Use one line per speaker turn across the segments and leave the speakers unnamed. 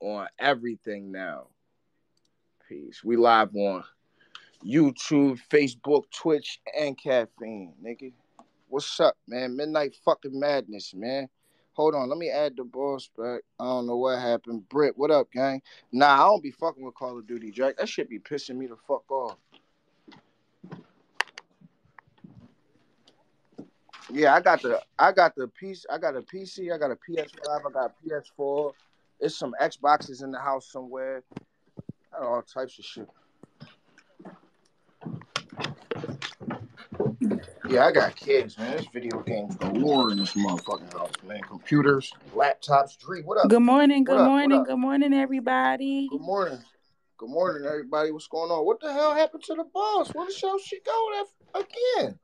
on everything now. Peace. We live on YouTube, Facebook, Twitch, and Caffeine, nigga. What's up, man? Midnight fucking madness, man. Hold on, let me add the boss back. I don't know what happened. Britt, what up, gang? Nah, I don't be fucking with Call of Duty, Jack. That shit be pissing me the fuck off. Yeah, I got the I got the piece I got a PC, I got a PS5, I got a PS4. There's some Xboxes in the house somewhere. I got all types of shit. Yeah, I got kids, man. This video game's galore in this motherfucking house, man. Computers, laptops, Dree, what up?
Good morning,
What up,
good
what
morning,
up?
good morning, everybody.
Good morning. Good morning, everybody. What's going on? What the hell happened to the boss? Where the hell she go that again?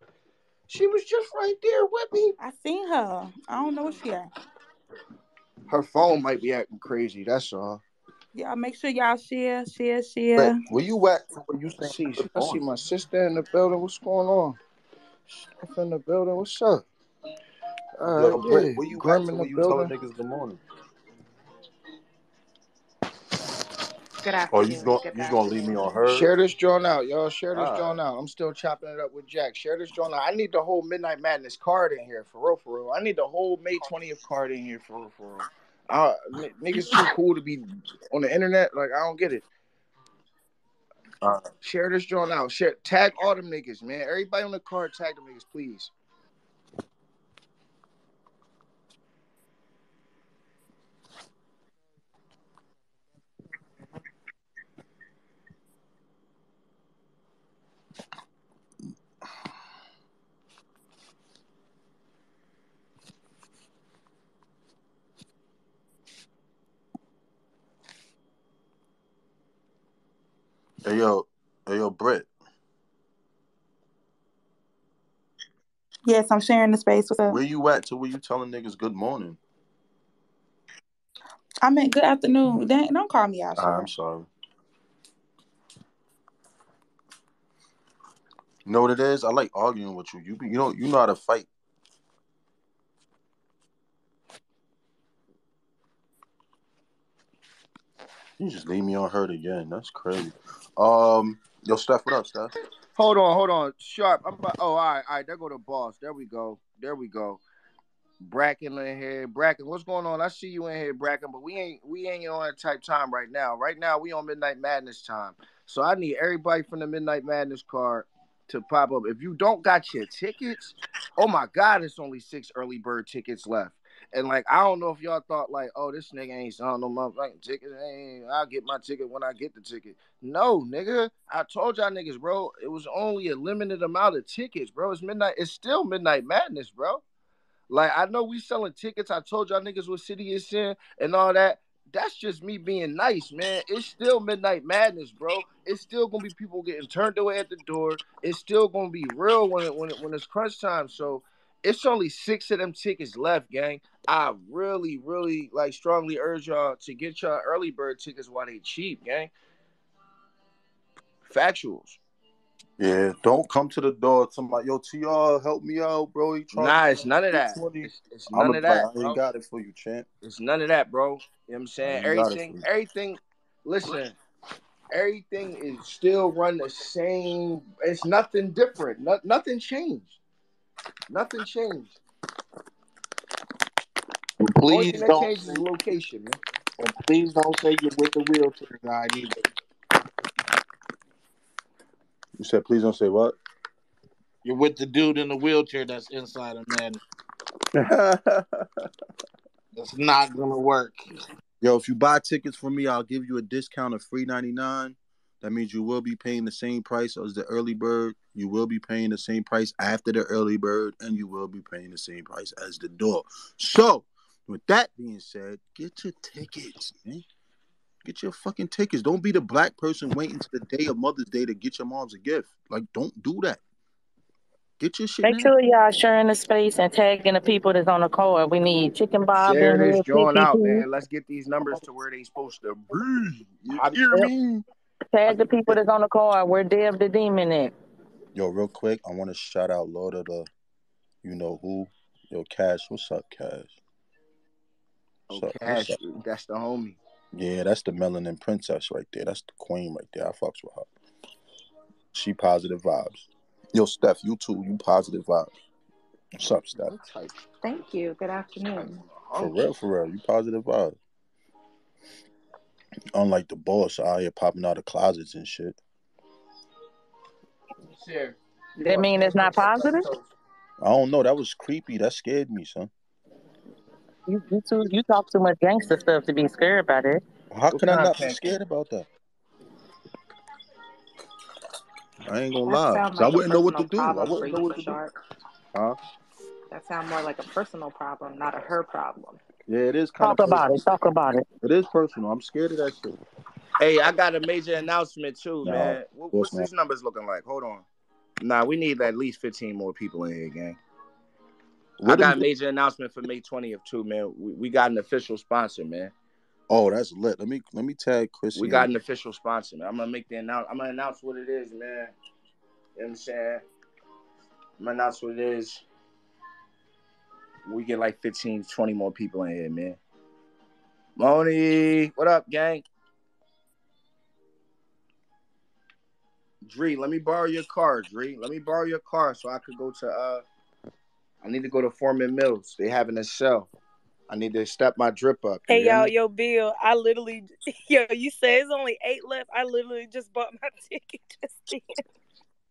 She was just right there with me.
I seen her. I don't know where she at.
Her phone might be acting crazy. That's all.
Y'all make sure y'all share, share,
But
share.
where you at? Where you see? I see my sister in the building. What's going on? Stuff in the building. What's up? Uh,
Yo, Britt,
yeah.
where you at
Grim in
to
the
when you telling
building.
niggas good morning?
Good
Oh, you
afternoon.
just gonna
Good
you just gonna leave
afternoon.
me on her? Ah.
Share this joint out, y'all. Share this
Alright.
joint out. I'm still chopping it up with Jack. Share this joint out. I need the whole Midnight Madness card in here, for real, for real. I need the whole May 20th card in here, for real, for real. Uh, n- niggas too cool to be on the internet. Like, I don't get it.
Alright.
Share this joint out. Share, tag all them niggas, man. Everybody on the card, tag them niggas, please.
Hey yo, hey yo, Britt.
Yes, I'm sharing the space with her.
Where you at to where you telling niggas good morning?
I meant good afternoon. Dang, don't call me
Uh,
out,
Ah, I'm
Shar.
sorry. You know what it is? I like arguing with you. You be- you know you know how to fight. You just leave me on her again. That's crazy. Um, yo, Steph, what up, Steph?
Hold on, hold on. Sharp. I'm about, oh, all right, all right. There go the boss. There we go. There we go. Bracken in here. Bracken, what's going on? I see you in here, Bracken, but we ain't we ain't on that type time right now. Right now we on Midnight Madness time. So I need everybody from the Midnight Madness card to pop up. If you don't got your tickets, oh my god, it's only six early bird tickets left. And like I don't know if y'all thought like, oh, this nigga ain't selling no motherfucking ticket. Ain't- I'll get my ticket when I get the ticket. No, nigga. I told y'all niggas, bro, it was only a limited amount of tickets, bro. It's midnight, it's still midnight madness, bro. Like I know we selling tickets. I told y'all niggas what city it's in and all that. That's just me being nice, man. It's still midnight madness, bro. It's still gonna be people getting turned away at the door. It's still gonna be real when it, when it, when it's crunch time. So it's only six of them tickets left, gang. I really, really like strongly urge y'all to get y'all early bird tickets while they cheap, gang. Factuals.
Yeah, don't come to the door. Somebody, yo, Tr, help me out, bro. He charged
Nah,
me
it's none of
three
that.
twenty.
It's, it's
I'm
none
a play.
of that,
I ain't
bro.
got it for you, champ.
It's none of that, bro. You know what I'm
I
saying?
ain't got it for
Everything,
you.
everything, listen, everything is still run the same. It's nothing different. No, nothing changed. Nothing changed.
And
Only
please
thing that
don't
changes
say
is location, man.
and please don't say you're with the realtor guy either.
You said please don't say what.
You're with the dude in the wheelchair that's inside a man. That's not gonna work.
Yo, if you buy tickets for me, I'll give you a discount of three ninety nine. That means you will be paying the same price as the early bird. You will be paying the same price after the early bird, and you will be paying the same price as the door. So, with that being said, get your tickets, man. Get your fucking tickets. Don't be the black person waiting to the day of Mother's Day to get your mom's a gift. Like, don't do that. Get your shit
Make
now.
sure y'all sharing the space and tagging the people that's on the card. We need Chicken Bob
Share
in
this
here,
joint out,
PPP.
man. Let's get these numbers to where they supposed to be. You
I be
hear
pimp.
me?
I
Tag
be
the people
pimp.
that's on the card. Where Dev the Demon at?
Yo, real quick, I want to shout out Lord of the You Know Who. Yo, Cash, what's up, Cash?
Oh,
What's up? What's
Cash,
up?
that's the homie.
Yeah, that's the melanin princess right there. That's the queen right there. I fucks with her. She positive vibes. Yo, Steph, you too. You positive vibes. What's up, Steph?
Thank you. Good afternoon.
For real, for real. You positive vibes. Unlike the boss out here popping out of closets and shit.
Sure.
That mean it's not positive?
I don't know. That was creepy. That scared me, son.
You, you too. You talk too much gangster stuff to be scared about it.
How can I
kind
not
of
be
pancake?
scared about that? I ain't gonna
That
lie.
sound
'cause
like
I
a
wouldn't know what to do.
personal
I
problem for
wouldn't know
you,
what to do.
Sharp.
Huh?
That sound more like a personal problem, not a her problem.
Yeah, it is kind
Talk
of
about it. Talk about it.
It is personal. I'm scared of that shit.
Hey, I got a major announcement too,
Nah,
man. What,
course
what's these numbers looking like? Hold on. Nah, we need at least 15 more people in here, gang. I
What
got a
is-
major announcement for May 20th too, man. We, we got an official sponsor, man.
oh, that's lit. Let me let me tag Chris.
We
in.
got an official sponsor, man. I'm gonna make the announce. I'm gonna announce what it is, man. You know what I'm saying? I'm gonna announce what it is. We get like 15, 20 more people in here, man. Moni, what up, gang? Dree, let me borrow your car, Dree. Let me borrow your car so I could go to uh I need to go to Foreman Mills. They having a sale. I need to step my drip up. you
Hey
hear
y'all,
me?
yo Bill, I literally, yo, you said it's only eight left. I literally just bought my ticket just then.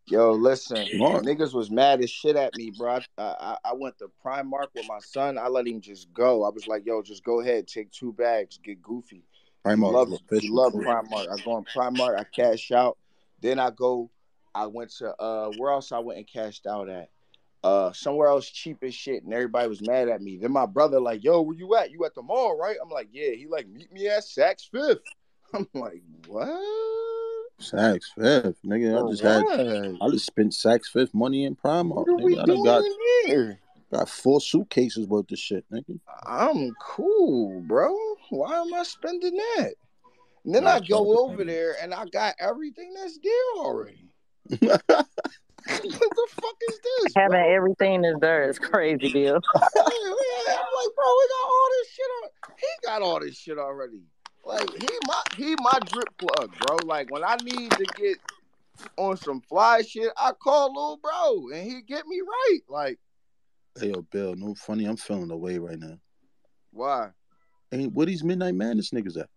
Yo, listen,
Mark.
niggas was mad as shit at me, bro. I, I, I went to Primark with my son. I let him just go. I was like, yo, just go ahead, take two bags, get goofy.
Primark
love,
is
you
official.
love Primark. I go on Primark, I cash out. Then I go, I went to uh where else I went and cashed out at? Uh somewhere else cheap as shit, and everybody was mad at me. Then my brother, like, yo, where you at? You at the mall, right? I'm like, yeah. He like, meet me at Saks Fifth. I'm like, what?
Saks Fifth, nigga. I just had
Alright.
I just spent Saks Fifth money in Primark.
What are we
Nigga. I done
doing
got
here?
got four suitcases worth of shit, nigga.
I'm cool, bro. Why am I spending that? And then I go over there and I got everything that's there already. what the fuck is this? Bro?
Having everything is there is crazy, Bill.
Yeah, yeah, I'm like, bro, we got all this shit on. He got all this shit already. Like he my he my drip plug, bro. Like when I need to get on some fly shit, I call little bro and he get me right. Like
Hey, yo, Bill. No funny. I'm feeling away right now.
why?
Ain't where these Midnight Madness niggas at?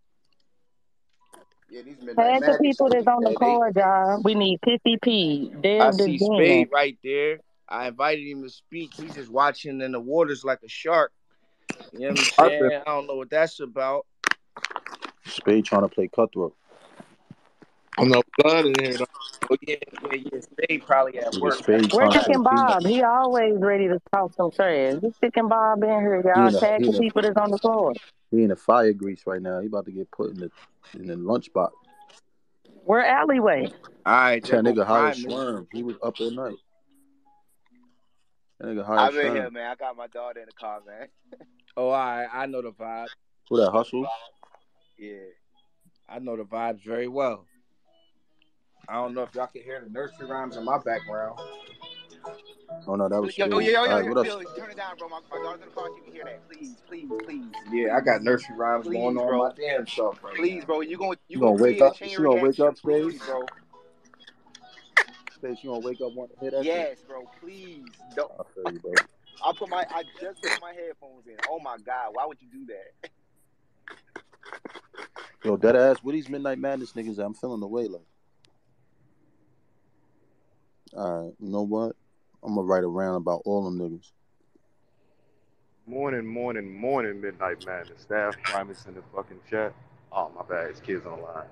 Yeah, these midnight
Half the
madness
people that's on the
niggas, man, they-
card, y'all. We need 50 P.
I
Deb
see Spade
the Demon.
right there. I invited him to speak. He's just watching in the waters like a shark. You know what I'm saying? I don't know what that's about.
Spade trying to play cutthroat.
I'm no blood in here. Though.
Oh yeah, yeah, yeah. Spade probably at
Nigga,
work.
Spade
Where
trying
Chicken
to
Bob? He always ready to talk some trash. Get Chicken Bob in here,
He
y'all.
in a-
Tag
he
the
in a-
people that's on the card.
He in a fire grease right now. He about to get put in the in the lunchbox.
We're alleyway.
All right,
That nigga Howard
Primus.
Schwarm. He was up all night. That nigga
I'm
Howard
in here,
Schwarm.
man. I got my daughter in the car, man.
Oh, all right. I know the vibe.
Who that hustle?
Yeah.
I know the vibes very well. I don't know if y'all can hear the nursery rhymes in my background. Uh,
Oh no, that was
Yo, yo, yo,
Spade.
yo,
All right,
yo,
what up?
Bill, turn it down, bro. My, my daughter's in the car. She can hear that. Please, please, please.
Yeah, I got nursery rhymes
Please,
going on
bro.
my damn self right
Please, bro. You gonna you
You
gonna
gonna wake
create a
up?
chain
You gonna wake
reaction.
up, Spade?
Please, bro.
Spade, you gonna wake up? Want to hear that? shit?
Yes, bro. Please. Don't.
I feel you, bro.
I put my I just put my headphones in. Oh my god, why would you do that?
Yo, dead ass. Where these Midnight Madness niggas at? I'm feeling the way like. All right, you know what? I'm gonna write around about all them niggas.
Morning, morning, morning, Midnight Madness. Staff, Primus in the fucking chat. Oh, my bad. It's kids online.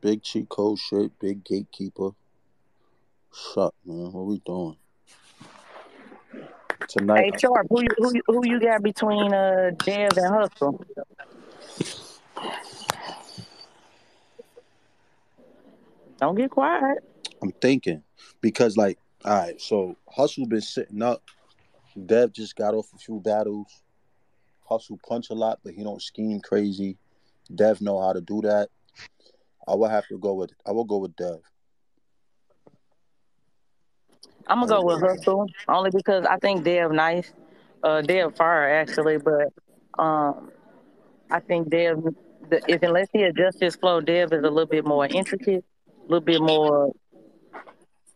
Big cheat code shirt, big gatekeeper. Shut, man. What we doing
Hey,
tonight?
Sharp, who you, who you, who you got between uh, Dev and Hustle? Don't get quiet.
I'm thinking because like, all right, so Hustle been sitting up. Dev just got off a few battles. Hustle punch a lot, but he don't scheme crazy. Dev know how to do that. I will have to go with I will go with Dev.
I'm gonna go with Hustle only because I think Dev nice, uh, Dev fire actually, but um, I think Dev, the, if unless he adjusts his flow, Dev is a little bit more intricate, a little bit more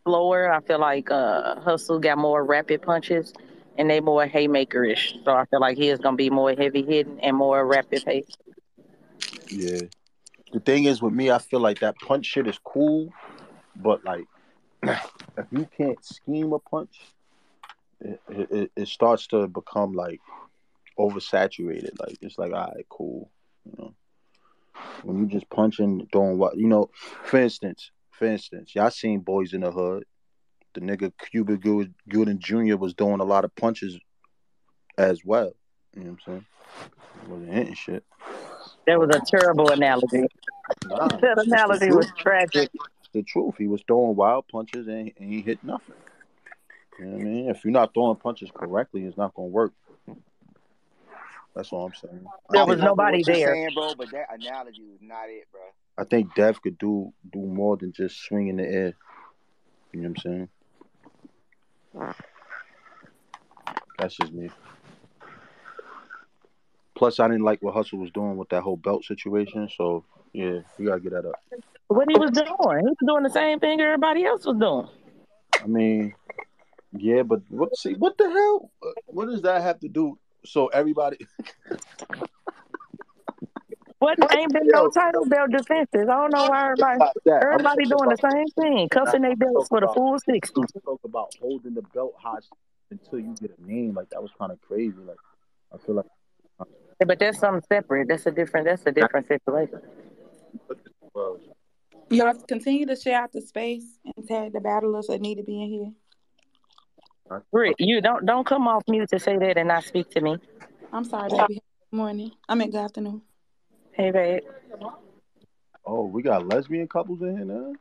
slower. I feel like uh, Hustle got more rapid punches, and they more haymakerish. So I feel like he is gonna be more heavy hitting and more rapid pace.
Yeah. The thing is with me, I feel like that punch shit is cool, but like if you can't scheme a punch, it, it, it starts to become like oversaturated. Like it's like, all right, cool. You know, when you just punching, throwing what you know. For instance, for instance, y'all seen Boys in the Hood. The nigga Cuba Gooding Gooding Jr. was doing a lot of punches as well. You know what I'm saying? Wasn't hitting shit.
That was a terrible analogy.
Nah,
That analogy was tragic.
It's the truth. He was throwing wild punches and, and he hit nothing. You know what I mean? If you're not throwing punches correctly, it's not gonna work. That's all I'm saying. I
There was
think-
nobody
what you
there.
saying, bro, but that analogy was not it, bro.
I think Dev could do do more than just swing in the air. You know what I'm saying? That's just me. Plus, I didn't like what Hustle was doing with that whole belt situation. So yeah, we gotta get that up.
What he was doing, he was doing the same thing everybody else was doing.
I mean, yeah, but what? See, what the hell? What does that have to do? So everybody,
What ain't been no title belt defenses? I don't know why everybody
about that. I'm
everybody doing
talking
the same thing, cuffing their belts for the full sixty.
about- I'm talking about holding the belt hostage until you get a name. Like that was kind of crazy. Like I feel like
But that's something separate. That's a different. That's a different situation.
well,
Y'all continue to share out the space and tag the battlers that need to be in here.
Rick, you don't don't come off mute to say that and not speak to me.
I'm sorry, baby. Good morning. I mean, good afternoon.
Hey, babe.
oh, we got lesbian couples in here now.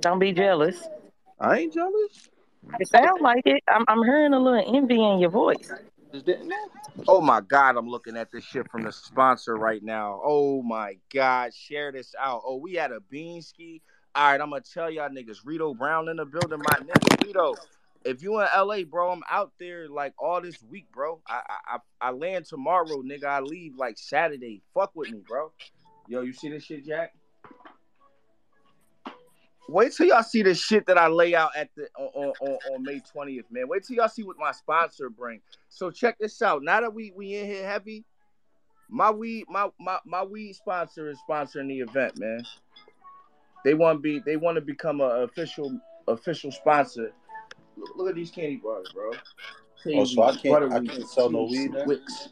Don't be jealous.
I ain't jealous.
It sounds like it. I'm I'm hearing a little envy in your voice.
Just didn't know.
Oh my God, I'm looking at this shit from the sponsor right now. Oh my God, share this out. Oh, we had a bean ski. All right, I'm gonna tell y'all niggas, Rito Brown in the building, my nigga Rito. If you in LA, bro, I'm out there like all this week, bro. I I I, I land tomorrow, nigga. I leave like Saturday. Fuck with me, bro. Yo, you see this shit, Jack? Wait till y'all see the shit that I lay out at the on, on, on on May 20th, man. Wait till y'all see what my sponsor bring. So check this out. Now that we we in here heavy, my weed my my my weed sponsor is sponsoring the event, man. They want to be they want to become a uh, official official sponsor. Look, look at these candy bars, bro.
Oh, so I can't- I
Butterweed,
can't sell no
Twix,
weed now?
Twix,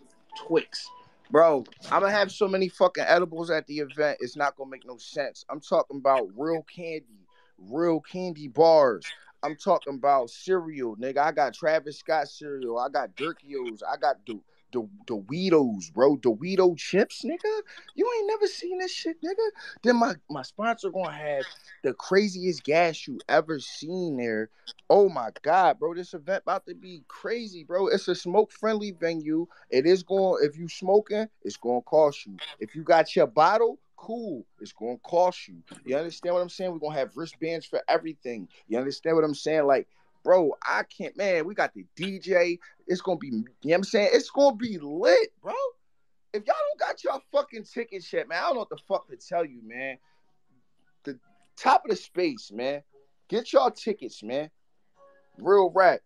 Twix. Bro, I'm gonna have so many fucking edibles at the event. It's not gonna make no sense. I'm talking about real candy, real candy bars. I'm talking about cereal, nigga. I got Travis Scott cereal. I got Durkios. I got the the Doritos, bro. Dorito chips, nigga. You ain't never seen this shit, nigga. Then my my sponsor gonna have the craziest gas you ever seen there. Oh my god, bro. This event about to be crazy, bro. It's a smoke friendly venue. It is going if you smoking, it's gonna cost you. If you got your bottle, cool, it's gonna cost you. You understand what I'm saying? We're gonna have wristbands for everything. You understand what I'm saying? Like, bro, I can't man, we got the DJ. It's gonna be you know what I'm saying? It's gonna be lit, bro. If y'all don't got your fucking ticket shit, man, I don't know what the fuck to tell you, man. The top of the space, man. Get y'all tickets, man. Real rap.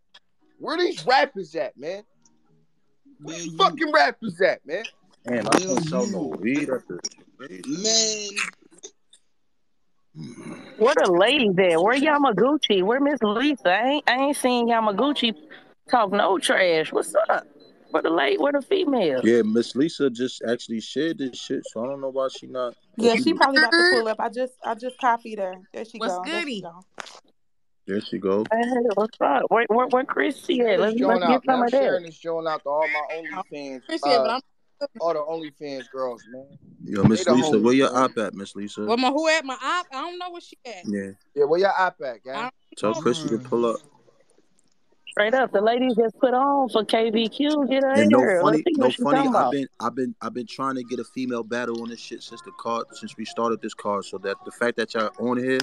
Where these rappers at, man? Where these fucking rappers at, man?
Man, I can't sell no weed at this.
Man,
What a lady there. Where Yamaguchi? Where Miss Lisa? I ain't, I ain't seen Yamaguchi talk no trash. What's up? Where the late? Where the female?
Yeah, Miss Lisa just actually shared this shit, so I don't know why she not.
Yeah, she probably about to pull up. I just I just copied her. There she
What's
go. There she
goody?
go.
There she go.
Hey, what's up? Where where, where Chrissy at?
This
Let's,
joint
let's get
out, man.
some
I'm
of that.
sharing this joint out to all my OnlyFans,
appreciate it,
uh,
but
all the OnlyFans girls, man.
Yo,
They
Miss
the
Lisa,
homies,
where your
man.
op at, Miss
I'm.
Lisa?
Well, my who at my op? I don't know where she at.
Yeah.
Yeah, where your op at,
I
gang?
don't
Tell
know.
Chrissy to pull up.
Straight up, the ladies just put on for KVQ. Get her
And
in
no
here.
funny,
Let's see
no
what she's
funny.
talking
I've
about.
been, I've been, I've been trying to get a female battle on this shit since the card, since we started this card. So that the fact that y'all on here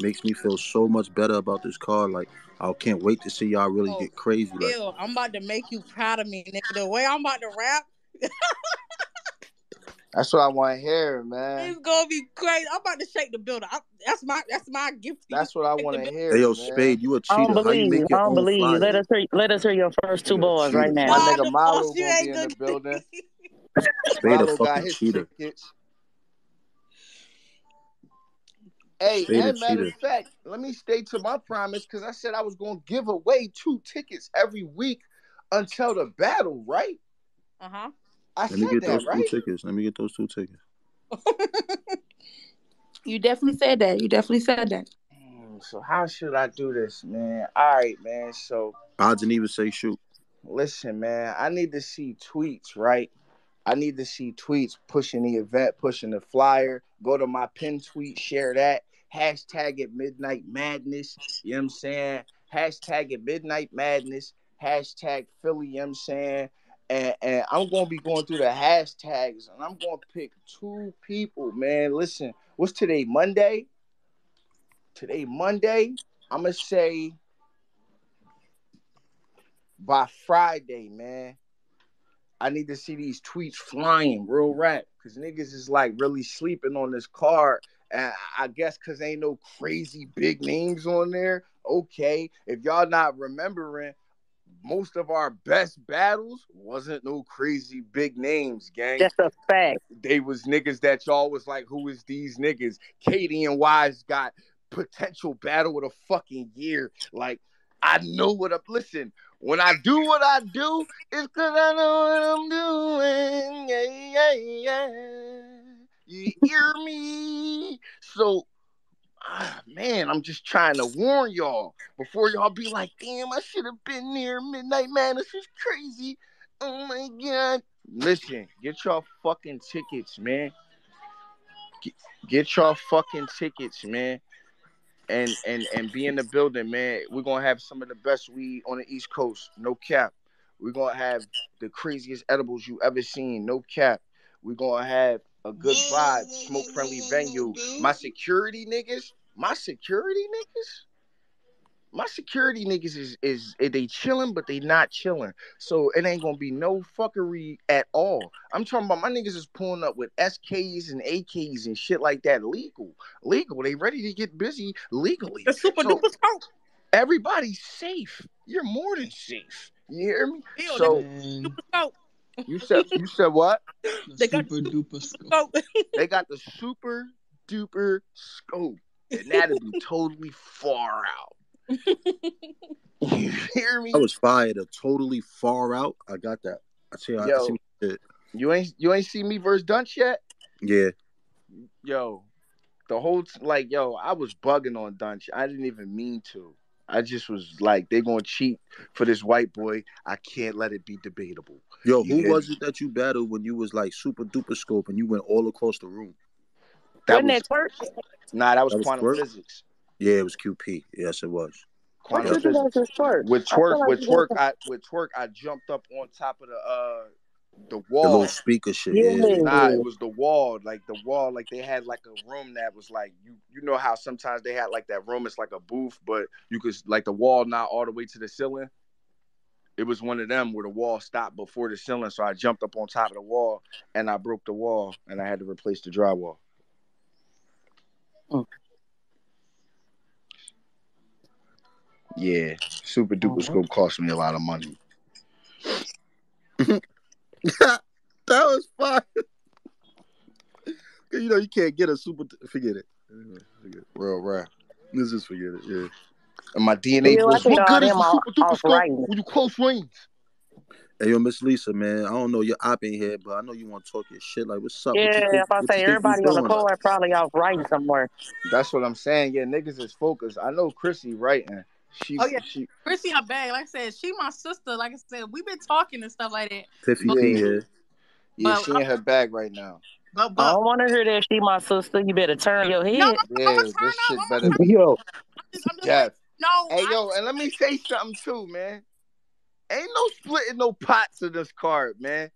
makes me feel so much better about this card. Like I can't wait to see y'all
Oh,
really get crazy. Like
Bill, I'm about to make you proud of me, nigga. The way I'm about to rap
That's what I want to hear, man.
is gonna be crazy. I'm about to shake the building. I, that's my that's my gift. to you.
That's what I want to hear.
Hey, yo,
man.
Spade, you a
I
cheater.
don't
How you
believe.
make
I
your
don't
own
believe.
flyer?
Let us hear. Let us hear your first two
Yeah,
bars
cheater.
right
My
now.
Nah,
nigga
the
Malu
boss, you
gonna be
ain't
in the
good.
building.
Spade a
Malu got
fucking
his
cheater.
tickets. Hey,
Spade a
and matter
cheater.
of fact, let me stay to my promise because I said I was gonna give away two tickets every week until the battle, right?
Uh huh.
I
Let me
said
get
that,
those two
right?
tickets. Let me get those two tickets.
You definitely said that. You definitely said that.
Mm, So how should I do this, man? All right, man. So
I didn't even say shoot.
listen, man, I need to see tweets, right? I need to see tweets pushing the event, pushing the flyer. Go to my pin tweet, share that. Hashtag it Midnight Madness. You know what I'm saying? Hashtag it Midnight Madness. Hashtag Philly, you know what I'm saying? And, and I'm going to be going through the hashtags and I'm going to pick two people, man. Listen, what's today? Monday? Today, Monday. I'm going to say by Friday, man. I need to see these tweets flying real rap because niggas is like really sleeping on this card. And I- I guess because ain't no crazy big names on there. Okay. If y'all not remembering, most of our best battles wasn't no crazy big names, gang
That's a fact.
they was niggas that y'all was like, who is these niggas? Katie and Wise got potential battle of the fucking year. Like, I know what I'm. Listen, when I do what I do, it's cause I know what I'm doing. Yeah, yeah, yeah. You hear me? So ah, man, I'm just trying to warn y'all before y'all be like, damn, I should have been there. Midnight Madness is crazy. Oh my god. Listen, get y'all fucking tickets, man. Get, get y'all fucking tickets, man. And and and be in the building, man. We're gonna have some of the best weed on the East Coast, no cap. We're gonna have the craziest edibles you ever seen, no cap. We're gonna have a good vibe, smoke friendly venue. My security niggas, my security niggas, my security niggas is is eh, they chilling, but they not chilling. So it ain't gonna be no fuckery at all. I'm talking about my niggas is pulling up with SKs and AKs and shit like that. Legal, legal. They ready to get busy legally.
The super
So
duper talk.
everybody's safe. You're more than safe. You hear me?
Bill, the
So
super
Man,
scope.
you said you said what?
the
They got
super duper scope.
scope.
They got the super duper scope, and that'll be totally far out. You hear me?
I was fired. A totally far out. I got that. I see. I, I see.
Yo,
What you did.
you ain't you ain't see me versus Dunch yet?
Yeah.
yo, the whole t- like yo, I was bugging on Dunch. I didn't even mean to. I just was like, they gonna cheat for this white boy. I can't let it be debatable.
Yo,
You
who
hear
was
me?
it that you battled when you was like super duper scope and you went all across the room?
That
Wasn't
was
that twerk?
nah, that was
That was
quantum
Quirk.
physics.
Yeah, it was QP. Yes, it was.
What
Quantum
Yep.
you do
physics.
versus twerk?
With
I
twerk,
feel like
with
you
twerk,
got
I with twerk, I jumped up on top of the uh the
The little
wall.
speaker shit. Yeah.
Nah, it
yeah.
was the wall, like the wall, like they had like a room that was like you you know how sometimes they had like that room, it's like a booth, but you could like the wall not all the way to the ceiling. it was one of them where the wall stopped before the ceiling. So I jumped up on top of the wall and I broke the wall and I had to replace the drywall.
Mm.
Yeah, super duper
Mhm.
scope cost me a lot of money.
that was fire. 'Cause You know you can't get a super. forget it. Forget it.
Real rare.
Let's just forget it. Yeah.
And my DNA
Bill, I
was
think
what
all
good is
them
the
off,
super duper
off
scope
writing.
when you close range?
Hey, yo, Miss Lisa, man. I don't know your op in here, but I know you want to talk your shit. Like, what's up? What you
Yeah,
think?
if I
What you
say
think you
everybody on the
doing? Like,
court probably off writing somewhere.
That's what I'm saying. Yeah, niggas is focused. I know Chrissy writing. She
Oh yeah,
she
Chrissy her bag. Like I said, she my sister. Like I said, we've been talking and stuff like that.
Tiffy
But
P
yeah.
here.
Yeah,
but
she in her bag right now.
but
I
but
don't want to hear that. She my sister. You better turn your
no,
head.
I'm
Yeah,
gonna turn
this
up.
shit
I'm gonna
better
turn.
be
Yo,
I'm just I'm just like
death.
no.
Hey
I
yo, and let me say something too, man. Ain't no splitting no pots in this card, man.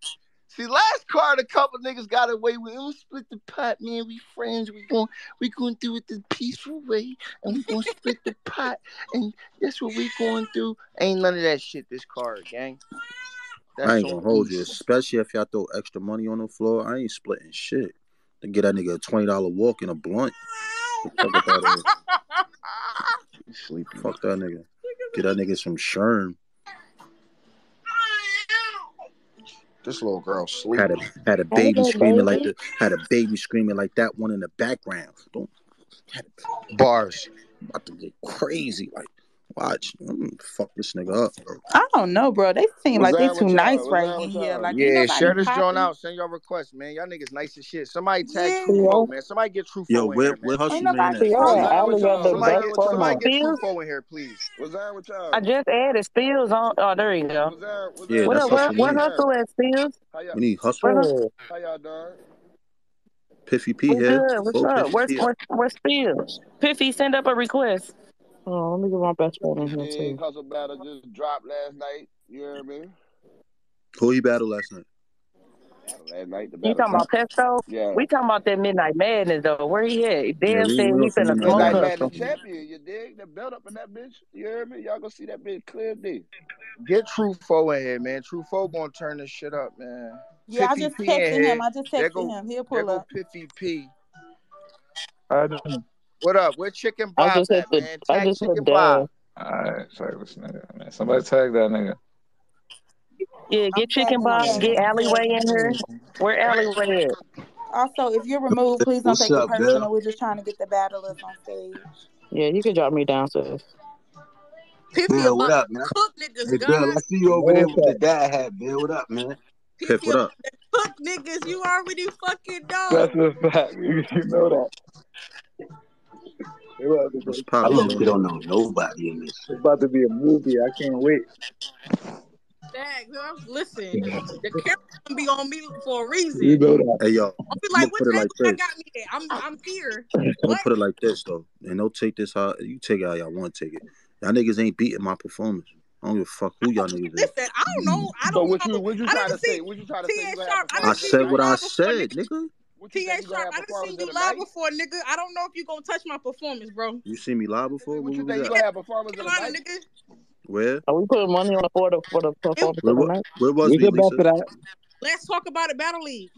See, last card a couple niggas got away with. We split the pot, man. We friends. We going we going to do it the peaceful way, and we going to split the pot, and that's what we going to do. Ain't none of that shit. This card, gang.
I ain't gonna hold you, especially if y'all throw extra money on the floor. I ain't splitting shit. To get that nigga a twenty dollar walk and a blunt. Fuck with that nigga. Fuck that nigga. Get that nigga some sherm.
This little girl sleep.
Had a had a baby screaming like the had a baby screaming like that one in the background. Don't had a- bars. About to get crazy. Like, watch. Mm, fuck this nigga up, bro.
I don't know, bro. They seem
What's
like they
that
too
with y'all?
nice
What's
right
that
in
with
here.
y'all?
Like
yeah,
ain't nobody
share this joint
popping.
out. Send y'all requests, man. Y'all niggas nice as shit. Somebody tag
Yeah.
Trufo, man. Somebody get Trufo
Yo,
in
where
here, man.
where Hushy
Ain't
man
nobody
at?
Y'all
What's
popping.
are
that
all
with
of y'all
y'all?
the
Somebody
best
get
for
somebody
him.
get
Spills?
Trufo in here, please.
What's that with
I
y'all?
just added Steels on. Oh, there you go.
What's that? What's
Yeah,
that?
What
that's
up?
What's
Where,
Hushy
that? What's
where
man.
that?
hustle at Steels?
How y'all?
We need hustle.
Where hustle?
How, how y'all doing?
Piffy P
We
here.
good. What's
Full
up?
Piffy
Where's
P.
where's where's Steels? Piffy, send up a request. Oh, let me get my best friend
Mm-hmm,
in here
Big
too.
hustle battle just dropped last night. You know what I mean?
Who he battled last night?
Last night the battle
You talking
dropped.
about Pesto?
Yeah.
We talking about that Midnight Madness though. Where he at?
Yeah,
Dev
we
said
ain't
he
real for
finna
Midnight
smoke
Midnight
us.
Madness.
Madness
Fuck you.
champion, you dig? The belt up in that bitch. You hear me? Y'all gonna see that bitch clear day.
Get Trufo in here, man. Trufo gonna turn this shit up, man.
Yeah, I
Piffy
just
P in
texted him.
here.
I just
There
texted
go
him.
there
He'll pull
go
up.
Piffy P.
I don't.
What up? Where Chicken
I
Bob
just hit
at,
the.
man?
I
Tag
just hit
Chicken Bob.
Dev. Alright, fuck this nigga, man. Somebody tag that nigga.
Yeah,
I'm
get
tagging
Chicken Bob.
him.
Get Alleyway in here. Where Alleyway at?
Also, if you're removed, please don't
What's
take it
up, Bill?
personal. We're just trying to get the battlers on stage.
Yeah, you can drop me down, sis.
Piffy
Bill, what
about
up,
to
man?
cook niggas,
Hey, Bill,
God.
I see you over there
What's
with the
up?
dad hat, Bill. What up, man?
Piff,
Piffy
what
about
up?
to cook niggas. You already fucking
That's
know.
a fact. You know that. It's about to
What's
be,
I
poppin',
low key
Joe?
don't know nobody in this
it's
shit.
about to be a movie. I can't wait.
Dag, I was listen. The camera gonna be on me for a reason.
You know that.
Hey, yo,
I'll be
I'm
like,
gonna
what
put it like
angle I
this.
got me at? I'm I'm here.
I'm gonna
What?
put it like this though, and don't take this how you take it how y'all want to take it. Y'all niggas ain't beating my performance. I don't give a fuck who y'all niggas is.
Listen, I don't know. I
So
don't
what you
know.
what you
I
try to
didn't see
say? What you try to say? You
T.A.
gonna have
Sharp. I
I
performance
didn't see
of the
said
you
what
night?
I
live before,
said,
nigga.
nigga.
What you
T.A.
think you gonna have
Sharp. I didn't see
performance of
you
the
live
night?
before, nigga. I don't know if you gonna touch my performance, bro.
You seen me live before?
What
Where
you
we was
think you
at?
gonna have performance of the
Carolina,
night?
nigga.
Where?
Are we putting money on the for the for the
It,
performance
Where?
of the
What?
night?
Where was
We
we,
get back
Lisa?
to that.
let's talk about it, Battle League.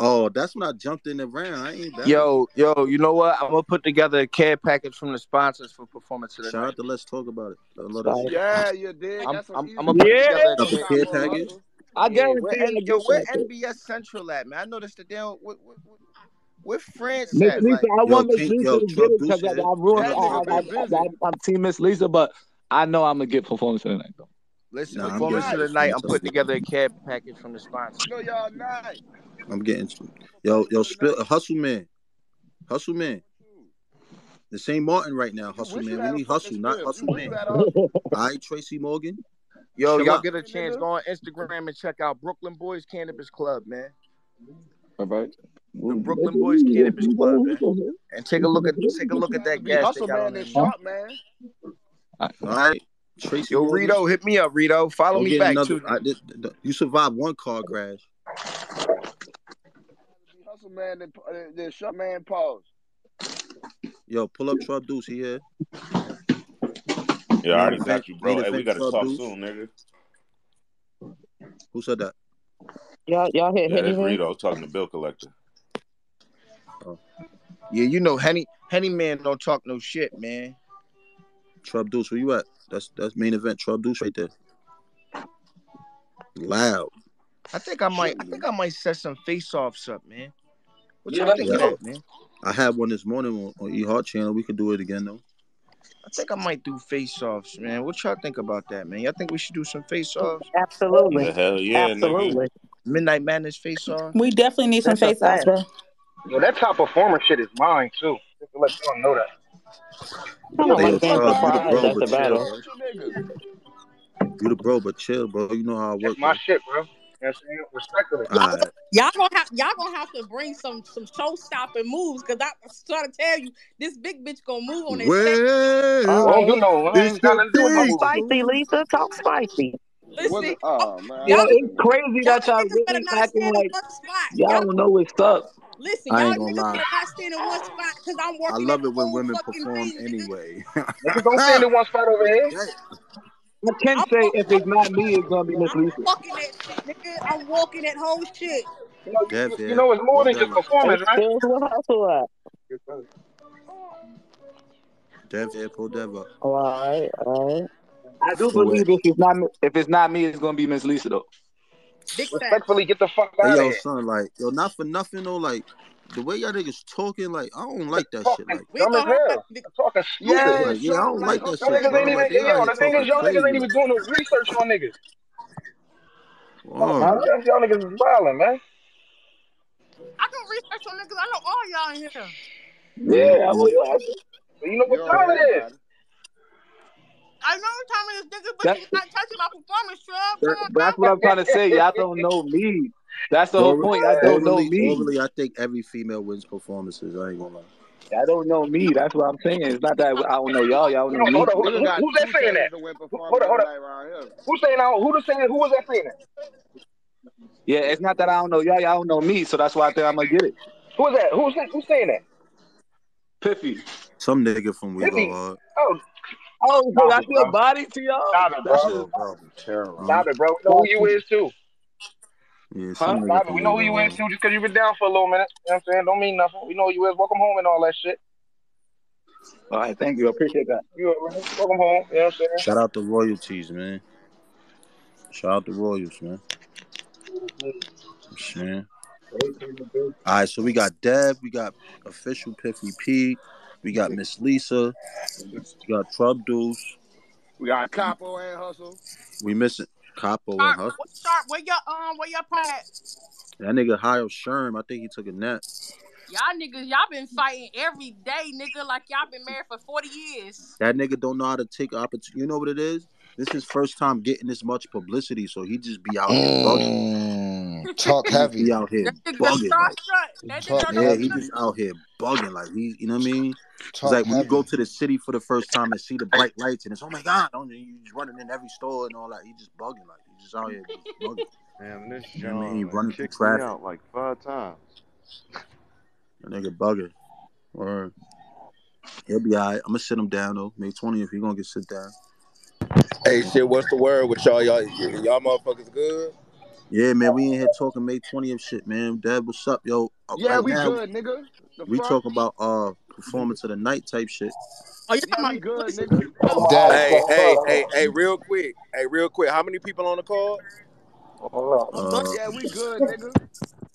Oh, that's when I jumped in the round. I ain't battle.
Yo, yo, you know what? I'm gonna put together a care package from the sponsors for performance of the
Shout
night.
out to Let's Talk About It. I love that
Sorry.
shit.
Yeah, you dig?
I'm
That's some
I'm, I'm
easy
gonna put
shit
Yeah,
right
together a
A
there,
care.
care
Capo
package?
Hustle.
I
Yeah, where
guarantee
N-
I
yo,
get
where
that shit.
NBS Central at, man? I noticed that they don't. Where, where, where where France
Miss
at?
Lisa,
Like,
I
Yo,
want Miss
King.
Lisa
Yo,
to get
Trump
it because
Deuce
I,
here.
I ruined it.
That
I,
nigga
I,
been
I, I,
busy.
I'm Team Miss Lisa, but I know I'm gonna get performance tonight though.
listen,
Nah,
No,
I'm
you
performance
getting
of
not.
the
performance
night. I'm
of
putting
the
together a care package from the sponsors.
No, y'all not.
night. I'm getting yo,
Performance
yo,
of the night.
spill, hustle man, hustle man. The St. Martin right now,
You
hustle
wish you
man. We
had a
need
fucking
hustle, not
spill. You
hustle
wish you
man.
had a hustle.
All right, Tracy Morgan,
Yo,
chill
y'all
out.
get a
Hey,
chance.
nigga.
Go on Instagram and check out Brooklyn Boys Cannabis Club, man.
All right.
The Brooklyn Boys Cannabis Club, man. And take a look at take a
What's
look
trying
at
to
that
be
gas they
hustle
got
man
on there,
and
man.
sharp man?
All right, Tracy
Yo,
Morgan,
Rito, hit me up, Rito. Follow
go
me
get
back
another.
too.
I, th- th- th- you survived one car crash.
Be hustle man and uh, the sharp man pause.
Yo, pull up Trump Deuce here.
Yeah, I
Main
already
event,
got you,
main
bro. Hey, we
event
gotta
Trump
talk
Deuce.
soon, nigga.
Who said that?
Y'all y'all hit
Yeah, that's
anything?
Rito talking to Bill Collector.
Oh,
Yeah, you know Henny Henny man don't talk no shit, man.
Trump Deuce, where you at? That's that's main event Trump Deuce right there. Loud.
I think I might I
Shoot.
think I might set some face offs up, man. What
Yeah,
y'all
let's
think
Yeah,
of that,
go.
man?
I had one this morning on, on E Heart Channel. We could do it again though.
I think I might do face offs, man. What y'all think about that, man? Y'all think we should do some face offs?
Absolutely.
Yeah, hell yeah, nigga.
Absolutely.
Midnight Madness face off?
We definitely need some
That's a
face offs,
fact.
bro.
Yo, that top performer shit is mine too. Just to let y'all know that.
I
Yo,
don't
Hey, yo,
get
like
the
being
fuck
Charles,
out
you
of
the
surprised
here.
bro,
at the
but chill,
What's wrong
battle.
bro.
with you niggas?
You the bro, but chill, bro. You know how I
That's
work,
my
bro.
shit, bro. You know what I'm saying? Respectfully.
All
Y'all
right.
gonna, y'all gonna have y'all gonna have to bring some some show stopping moves because I am trying to tell you this big bitch gonna move on that
I
stage.
don't
Well,
do
Alright.
no. I
it's
ain't got
the
nothing to do with my
Talk
movement.
spicy,
faithful.
Lisa. Talk spicy.
Listen,
oh man,
Yo,
Y'all
it's crazy that y'all
better
really
not
acting
stand in
like
one spot.
y'all
Y'all
don't know what's up.
listen,
I
y'all
ain't gonna
niggas
lie.
better not stand in one spot because I'm
I
working at
love
the
it when
whole
women
fucking
perform
thing.
anyway.
Niggas don't stand in one spot over here. I can
I'm,
say if it's not me, it's gonna be Miss Lisa.
walking that shit, nigga. I'm walking that whole shit.
You know,
That
you know it's more
You
than just
got it.
performance, right?
There's what else to it.
Dev Airpo Dev up.
Oh, all right, all right.
I do
So wait.
believe if it's not me,
If it's not me, it's gonna be Miss Lisa though.
respectfully, get the fuck
Hey
out of
yo,
here.
son, like yo, not for nothing though. Like the way y'all niggas talking, like I don't like that shit.
Talking
Like,
dumb as hell. Talking stupid.
like yeah, I don't like that
Y'all
shit,
niggas
bro.
ain't even.
Like they out
Yo,
here
the thing
talking
is, y'all niggas
crazy.
ain't even doing no research on niggas.
Word.
Huh? Y'all niggas is wilding, man.
I do research on niggas. I know all y'all in here.
Yeah, I
Mhm.
would. I would. But you know
You
what
don't
time
hear
it
about
is.
it.
I know what time it is, nigga, but
That,
you're not touching my performance, Shrub.
that
Come on,
that's what I'm trying to say. Y'all don't know me. That's the whole
Over,
point. Y'all don't know
overly,
me.
overly, I think every female wins performances. I ain't gonna lie.
Y'all don't know me. That's what I'm saying. It's not that I don't know y'all. Y'all
You
know
know,
me.
hold on. Who,
Nigga
who,
got
who's that
two
saying that?
chances to win
Who- Hold
performance
on, hold
every
on.
night around here.
Who's saying that? Who the saying? Who was that saying that?
Yeah, it's not that I don't know y'all. Y'all don't know me. So that's why I think I'm gonna get it.
Who is that? Who's that? Who's saying that?
Piffy.
Some nigga from We Go
Piffy.
Hard.
Oh,
Oh, so
stop
that's
it,
your
bro.
body to y'all.
Stop it, bro.
That's
Yo,
just
bro, I'm
Stop
um,
terrorized.
it, bro. We know
that's
who you
just,
is too.
Yeah,
huh?
some nigga
Stop it.
from
We
We
know who
Go
you is
Hard.
too. Just because you been down for a little minute, you know what I'm saying, don't mean nothing. We know who you is. Welcome home and all that shit.
All right, thank you. I appreciate that.
You alright? welcome home. You know what I'm saying?
Shout out the royalties, man. Shout out the royals, man. I'm saying. All right, so we got Dev, we got official Piffy P, we got Miss Lisa, we got Trub Deuce.
We got Capo and Hustle.
We missing Capo and
Sharp,
Hustle.
what sharp? Where your um, where your pad? at?
That nigga Hyo Sherm, I think he took a nap.
Y'all niggas, y'all been fighting every day, nigga, like y'all been married for forty years.
That nigga don't know how to take opportunity. You know what it is? This is his first time getting this much publicity, so he just be out here bugging.
Mm, talk
He just
heavy.
be out here
That nigga
bugging, like
starstruck. That nigga
Talk
don't
yeah,
know
he
heavy.
just oh, out here bugging, like he, you know what I mean? It's
Talk
like when you go
heavy.
to the city for the first time and see the bright lights, and it's oh my god, don't you? You just running in every store and all that. He just bugging, like he just out here just bugging.
Damn, this
You know what I mean? He
John done
running through
kicked me
traffic.
out like five times.
That nigga bugging. Or he'll be alright. I'm gonna sit him down though. May 20th, he gonna get sit down.
Hey, shit, what's the word with y'all? Y'all, y'all motherfuckers good?
Yeah, man, we in here talking May 20th shit, man. Dad, what's up, yo? Uh,
Yeah,
Right
we
now,
good, nigga. The
we
fuck?
talking about uh performance of the night type shit.
Oh, you
Yeah,
talking
we
about
good,
listen.
nigga.
Oh,
Dev,
Hey, hey, hey, hey,
Hold
real quick. Hey, real quick. How many people on the call?
on.
a bunch
Uh,
Yeah, we good, nigga.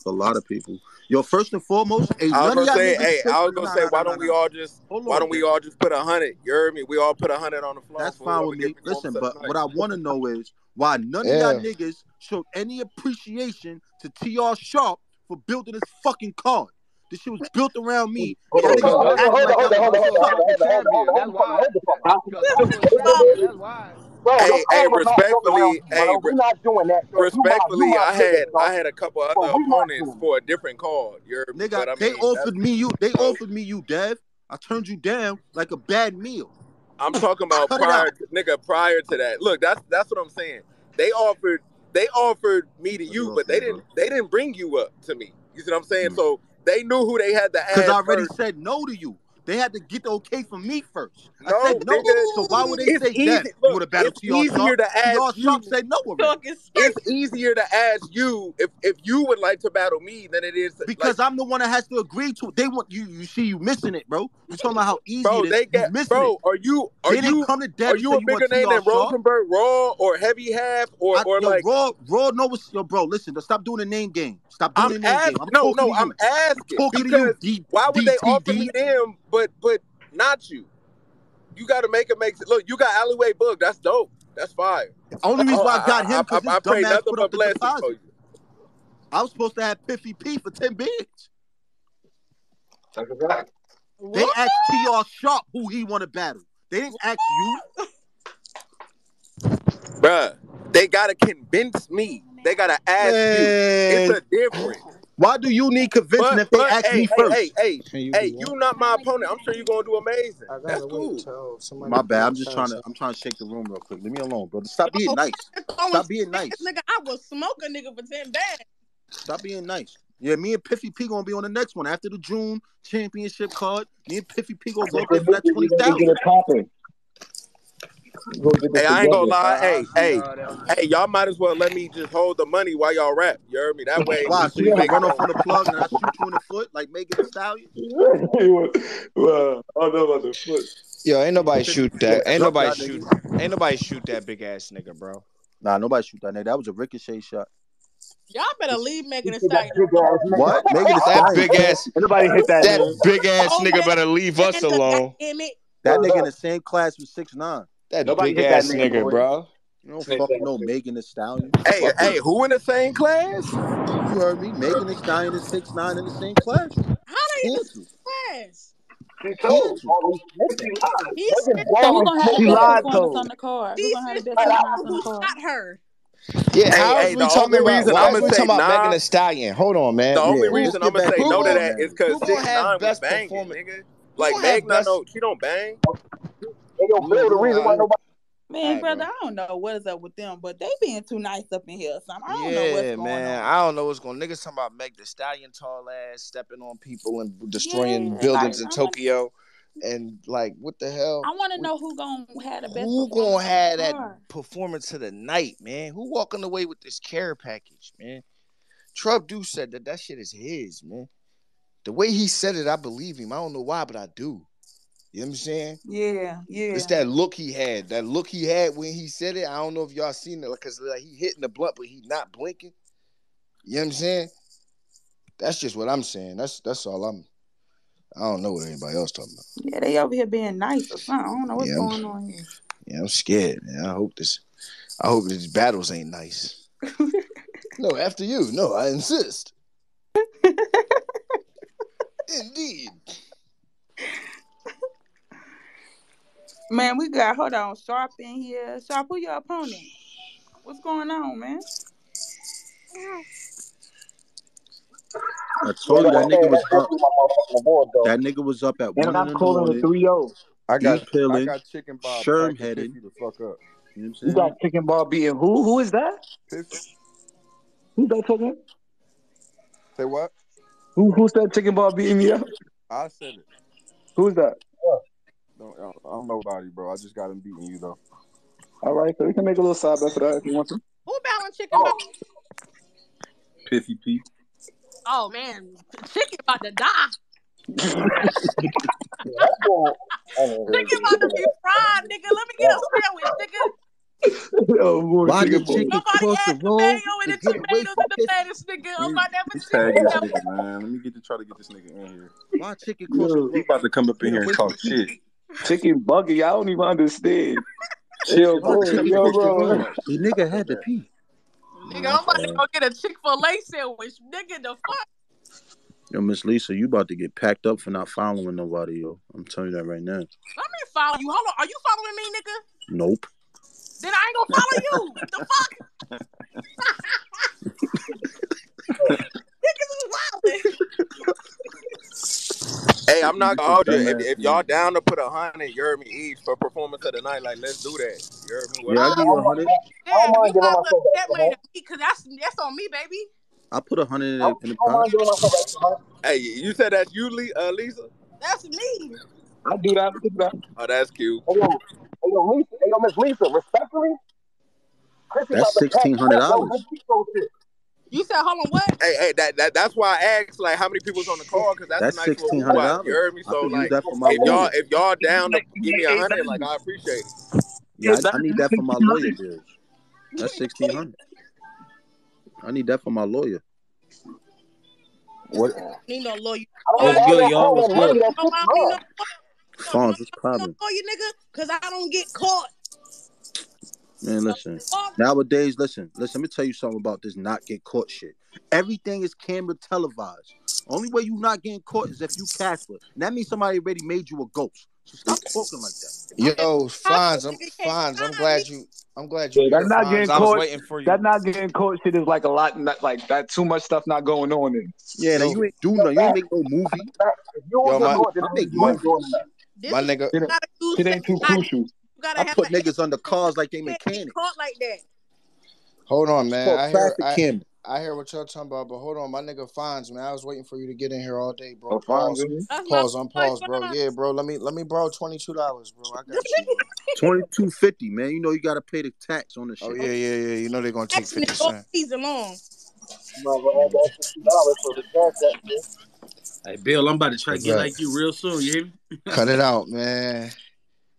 a lot of people. Yo, first and foremost, hey,
I was
none of
gonna
y'all
say,
niggas
hey,
take
I was
no,
gonna
no,
say,
no,
why
no, no,
don't we
no.
all just,
Hold
why
on,
don't we
Dev.
all just put a hundred? You heard me? We all put a hundred on the floor
That's
for
fine
whoever
with
gets
me.
performance
Listen,
of
but
the
what
night.
I want to know is why none of y'all
Yeah.
niggas showed any appreciation to TR Sharp for building this fucking card. This shit was built around me, and
Hold
y'all
on,
niggas
hold
was
on, hold on,
acting like
hold
y'all
on,
was
hold on,
the
Because
hold on,
I'm
shit.
the
hold on, hold on, hold on, hold on.
champion. That's why. That, because I'm
listen,
the
Sharp.
champion. That's why.
Bro,
Hey,
yo,
hey,
and we're not joking around.
respectfully,
Bro,
hey,
we're
re-
not doing that. Yo, you my, you
respectfully,
my
I
nigga,
had,
bro.
I had a couple
But
other
we not
opponents
doing
for a different call. You heard me?
Nigga,
But I
they
mean, that's
offered me you. They
you know,
offered me you, Dev. I turned you down like a bad meal.
I'm talking about
Cut it out.
prior, nigga, prior to that. Look, that's that's what I'm saying. They offered, they offered me to
Cut it
you,
off
but they
there,
didn't,
bro.
they didn't bring you up to me. You see what I'm saying?
Mm.
So they knew who they had to
Cause I
add
already
first.
said no to you. They had to get the okay from me first. I said
No,
no.
nigga,
So why would they
it's
say, Dev,
easy.
you
Look,
want to battle
it's
TR
easier
Sharp?
to ask
TR Sharp
you.
said no already.
Talking straight.
It's easier to ask you if if you would like to battle me than it is to, like,
Because I'm the one that has to agree to it. They want you. You see, you missing it, bro. You talking about how easy
bro.
it is.
They
You
get,
missing it.
bro. Are you are
They didn't
you
come to Dev
are
and say
you a
you want
bigger name
T.R.
than
Shaw.
Rosenberg Raw or Heavy Half or
I,
or
yo,
like?
Raw, Raw, no, it's- yo, bro, listen, just stop doing the name game. Stop doing
I'm
the name game.
asking.
I'm
No,
talking
no,
to
I'm
you. I'm
asking
talking to you,
because
D,
why would they offer me
DTD.
them, but but not you? You got to make it make sense. Look, you got alleyway bug. That's dope. That's fire.
Only
I,
reason why I got
Oh, I,
him,
I,
because
I
his
I pray
dumbass
nothing
put up
but
the
blessings for
deposit.
you.
I was supposed to have Piffy P for 10 bids.
Check it out.
They
What?
asked T.R. Sharp who he want to battle. They didn't ask you.
Bruh, they got to convince me. They got to ask you. It's
Man,
a difference.
Why do you need convincing if they
But,
ask
hey,
me
hey,
first?
hey, hey, hey, you not my opponent. I'm sure you're gonna do amazing. That's cool.
My bad. I'm just trying to. I'm trying to shake the room real quick. Leave me alone, brother. Stop being nice. Stop being nice.
Nigga, I will smoke a nigga for 10 bags.
Stop being nice. Yeah, me and Piffy P gonna be on the next one after the June championship card. Me and Piffy P gonna go up there for that twenty thousand.
Hey, I ain't gonna lie.
together.
Hey, hey, hey, y'all might as well let me just hold the money while y'all rap. You heard me? That way,
Why? So
we
you gonna
make
run
our
off
own.
on the plug and I shoot you in the foot like Megan Thee Stallion?
well, I don't know about the foot.
Yo, ain't nobody shoot that. Ain't
Drop
nobody
y'all
shoot.
niggas.
Ain't nobody shoot that big ass nigga, bro.
Nah, nobody shoot that nigga. That was a ricochet shot.
Y'all better leave Megan Thee Stallion.
What? Megan Thee
That
Stallion.
big ass.
Anybody hit that
That
man?
big ass
Oh,
nigga
man.
better leave us
Look, God
alone.
damn it.
That nigga in the same class with six nine.
That Nobody big hit that ass nigga, nigga, boy. bro.
You don't
Take
fucking
that,
know
nigga.
Megan Thee Stallion.
Hey,
Fuck you.
hey, who in the same class?
You heard me. Megan Thee Stallion and six nine in the same classroom.
How they in the
Cancel.
class?
She
Cancel.
He said
So who gonna have a
she
best
lied
performance
though.
on the card? Who
She
gonna have
said
the best
she
performance on the
knew who
card?
shot her.
Yeah,
Hey,
how is
hey,
we
the
talking
only
about?
reason
Why
I'm gonna
is we
say
talking about Megan
nah,
Thee Stallion? Hold on,
the
man.
only
Yeah,
Who
let's
reason I'm
get
gonna
back
say
to the
who
no to
ball,
gonna
that
man.
is because
who gonna
six
have
nine was
best
banging,
performance?
nigga.
Who
Like
gonna have
Meg, not
best?
know she don't bang.
They gonna
Yeah,
feel the
you
reason
all
why
right?
nobody.
All
Man,
right, bro.
brother, I don't know what is up with them, but they being too nice up in here. or something. I don't know what's
Yeah,
going
man.
on.
I don't know what's going. Niggas talking about Meg the Stallion, tall ass, stepping on people and destroying
Yeah, like
buildings in
I want,
Tokyo, and like, what the hell?
I want to
We-
know who gonna have the best
Who
performance
gonna
on the
have that
card.
performance of the night, man? Who walking away with this care package, man? Trump do said that that shit is his, man. The way he said it, I believe him. I don't know why, but I do. You know what I'm saying?
Yeah,
It's
yeah.
that look he had. That look he had when he said it. I don't know if y'all seen it, because like he hitting the blunt, but he not blinking. You know what I'm saying? That's just what I'm saying. That's that's all I'm. I don't know what anybody else talking about.
Yeah, they over here being nice or something. I don't know what's
Yeah, I'm,
going on here.
yeah, I'm scared, man. I hope this. I hope these battles ain't nice. No, after you. No, I insist. Indeed.
Man, we got hold on, Sharp in here. Sharp, who your opponent? What's going on, man?
I
Yeah,
told you
like I
that
said,
nigga was
that's
up.
definitely my motherfucking board though.
That nigga was up at
And
one in
I'm
the
calling it oh.
morning,
3 0.
D
I got
I
chilling,
got chicken by
sherm
backing
headed.
Piffy the fuck up.
You know what I'm
You got
saying?
chicken ball beating who? Who is that?
Piffy,
Who's that talking?
say what?
Who who's that chicken ball beating me up?
I said it.
Who's that?
Don't, I don't- I don't know about you, bro. I just got him beating you though.
All right, so we can make a little side bet for that if you want to.
Who battling chicken about?
Piffy P.
Oh man, chicken about to die.
Yeah, that boy. I mean,
Chicken about to be fried, nigga. Let me get a sandwich, nigga.
Oh,
Yo, more
Why
chicken
did
ball.
chicken
Somebody
cross the
add the
road
mayo
to
and the
get away
tomatoes
from
and the
Piffy?
lettuce, nigga. Oh
You
my never
you
chicken
tagging this
that
nigga, man. Let me get to try to get this nigga in here.
Why chicken cross the
Yo,
road
He about to come up
to
in
get
here and
away from
talk
Piffy?
shit.
chicken buggy. I don't even understand. Yo,
Chicken, why
bro,
chicken
yo,
cross the
bro.
road? The nigga had to pee.
Nigga, I'm about to go get a Chick Fil A sandwich, nigga. The fuck?
Yo, Miss Lisa, you about to get packed up for not following nobody, yo. I'm telling you that right now.
Let me follow you. Hold on. Are you following me, nigga?
Nope.
Then I ain't gonna follow you. The fuck? Niggas is wildin'.
Hey, I'm
You
not
just
gonna
a
hold you. If,
dumbass
if y'all
nigga.
down to put a hundred, you heard me, each for performance of the night, like let's do that. You heard me?
Yeah, I
Whatever.
I don't
give you a
Oh
mind
hundred.
I don't mind
damn, you
giving
might as well
myself an
give that
extra
money
hundred.
to me, cause that's that's on me, baby.
I put a hundred in
I
the, in the
don't
pot.
mind giving myself an extra hundred.
Hey, you said that's you, Le- uh, Lisa?
That's me.
I do that. I do that.
Oh, that's cute.
Hey, yo, hey, yo, Lisa, hey, yo, Miss Lisa, respectfully, Chrissy about
That's
to pack
sixteen
you
hundred
up. No good
dollars.
Chico shit.
You said, hold on, what?
Hey, hey, that, that that's why I asked like how many people's on the call because that's a
That's
nice little
sixteen hundred
pool out. You
dollars.
heard me?
I
So
could use
like,
that for my
if y'all
lawyer.
if y'all down to give me a hundred, like I appreciate it.
Yeah, I, I need that for my lawyer bills. That's sixteen hundred. I need that for my lawyer.
What?
Need no lawyer.
I don't
What's
Oh,
want all
good,
that, I
y'all?
don't
What's
want money.
I
good?
That
don't know
shit's
why
mine.
I don't need no lawyer. You don't know
Fonz, what's
why I don't need
poppin'?
no lawyer, nigga, cause I don't get caught.
Man,
The
listen.
fuck?
Nowadays, listen, listen, let me tell you something about this not get caught shit. Everything is camera televised. Only way you not getting caught is if you Casper. And that means somebody already made you a ghost. So stop talking like that.
Yo, Fonz, I'm Fonz, I'm glad you I'm glad you
That's
here,
not
Fonz.
getting
I was
caught.
waiting for you.
That not getting caught shit is like a lot. Not like that. Too much stuff not going on. In.
Yeah, now you ain't do nothing. You ain't make no movie.
Yo, my,
I make movies.
my nigga,
It ain't too crucial. I put niggas under cars like they mechanics.
Caught like that.
hold on, man.
called
I hear
traffic
I,
camera.
I hear what y'all talking about, but hold on, my nigga Fonz, man. I was waiting for you to get in here all day, bro.
Oh, Fonz,
Pause.
isn't it? That's my
Pause,
boy,
unpause, bro.
Fonz.
Yeah, bro. Let me let me borrow twenty two dollars, bro. I got you, bro.
Twenty two fifty, man. You know you gotta pay the tax on the shit.
Oh yeah, yeah, yeah. You know they're gonna take
Jackson
fifty
is all
cent.
season long.
Hey, Bill, I'm about to try to
What's
get
up?
like you real soon. You hear me?
Cut it out, man.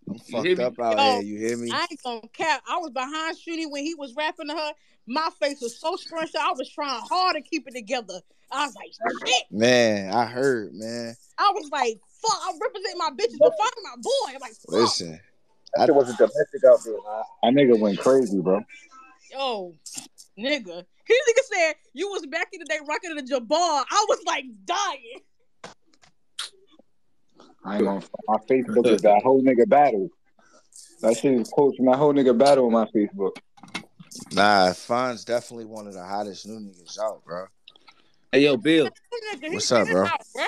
I'm
You hear
fucked
me?
up out
Yo,
here. Oh, You hear me?
I ain't gonna cap. I was behind Shooty when he was rapping to her. My face was so scrunched. up. I was trying hard to keep it together. I was like, shit.
Man, I heard, man.
I was like, fuck. I'm representing my bitches, but fuck my boy. I'm like,
Listen,
That shit was a domestic out there, man.
That nigga went crazy, bro.
yo, nigga. He nigga said you was back in the day rocking the Jabbar. I was like dying.
I ain't gonna. My Facebook is that whole nigga battle. That shit is close from that whole nigga battle on my Facebook.
Nah, Fonz definitely one of the hottest new niggas out, bro.
Hey, yo, Bill.
Nigga, he
What's up, bro?
out, bro.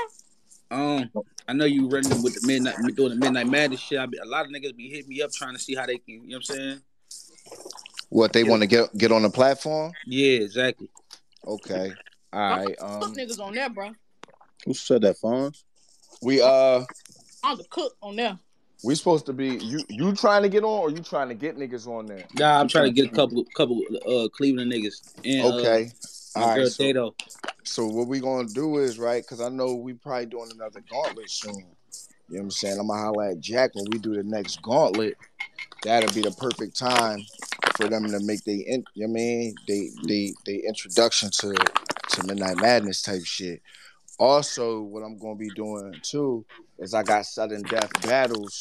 Um, I know you running with the midnight doing the midnight madness shit. I be, a lot of niggas be hitting me up trying to see how they can. You know what I'm saying?
What they
Get
want
it.
to get get on the platform?
Yeah, exactly.
Okay, all right.
Cook
Um,
niggas on there, bro.
Who said that, Fonz?
we uh,
I was a cook on there.
we supposed to be you you trying to get on or you trying to get niggas on there?
Nah, I'm trying to get a couple, couple uh Cleveland niggas and uh,
Okay,
my
all right.
girl
So
Tato.
so what we gonna do is right because I know we probably doing another gauntlet soon. You know what I'm saying? I'm gonna holler at Jack when we do the next gauntlet. That'll be the perfect time for them to make they in, you know what I mean they they they introduction to to Midnight Madness type shit. Also, what I'm gonna be doing too is I got sudden death battles.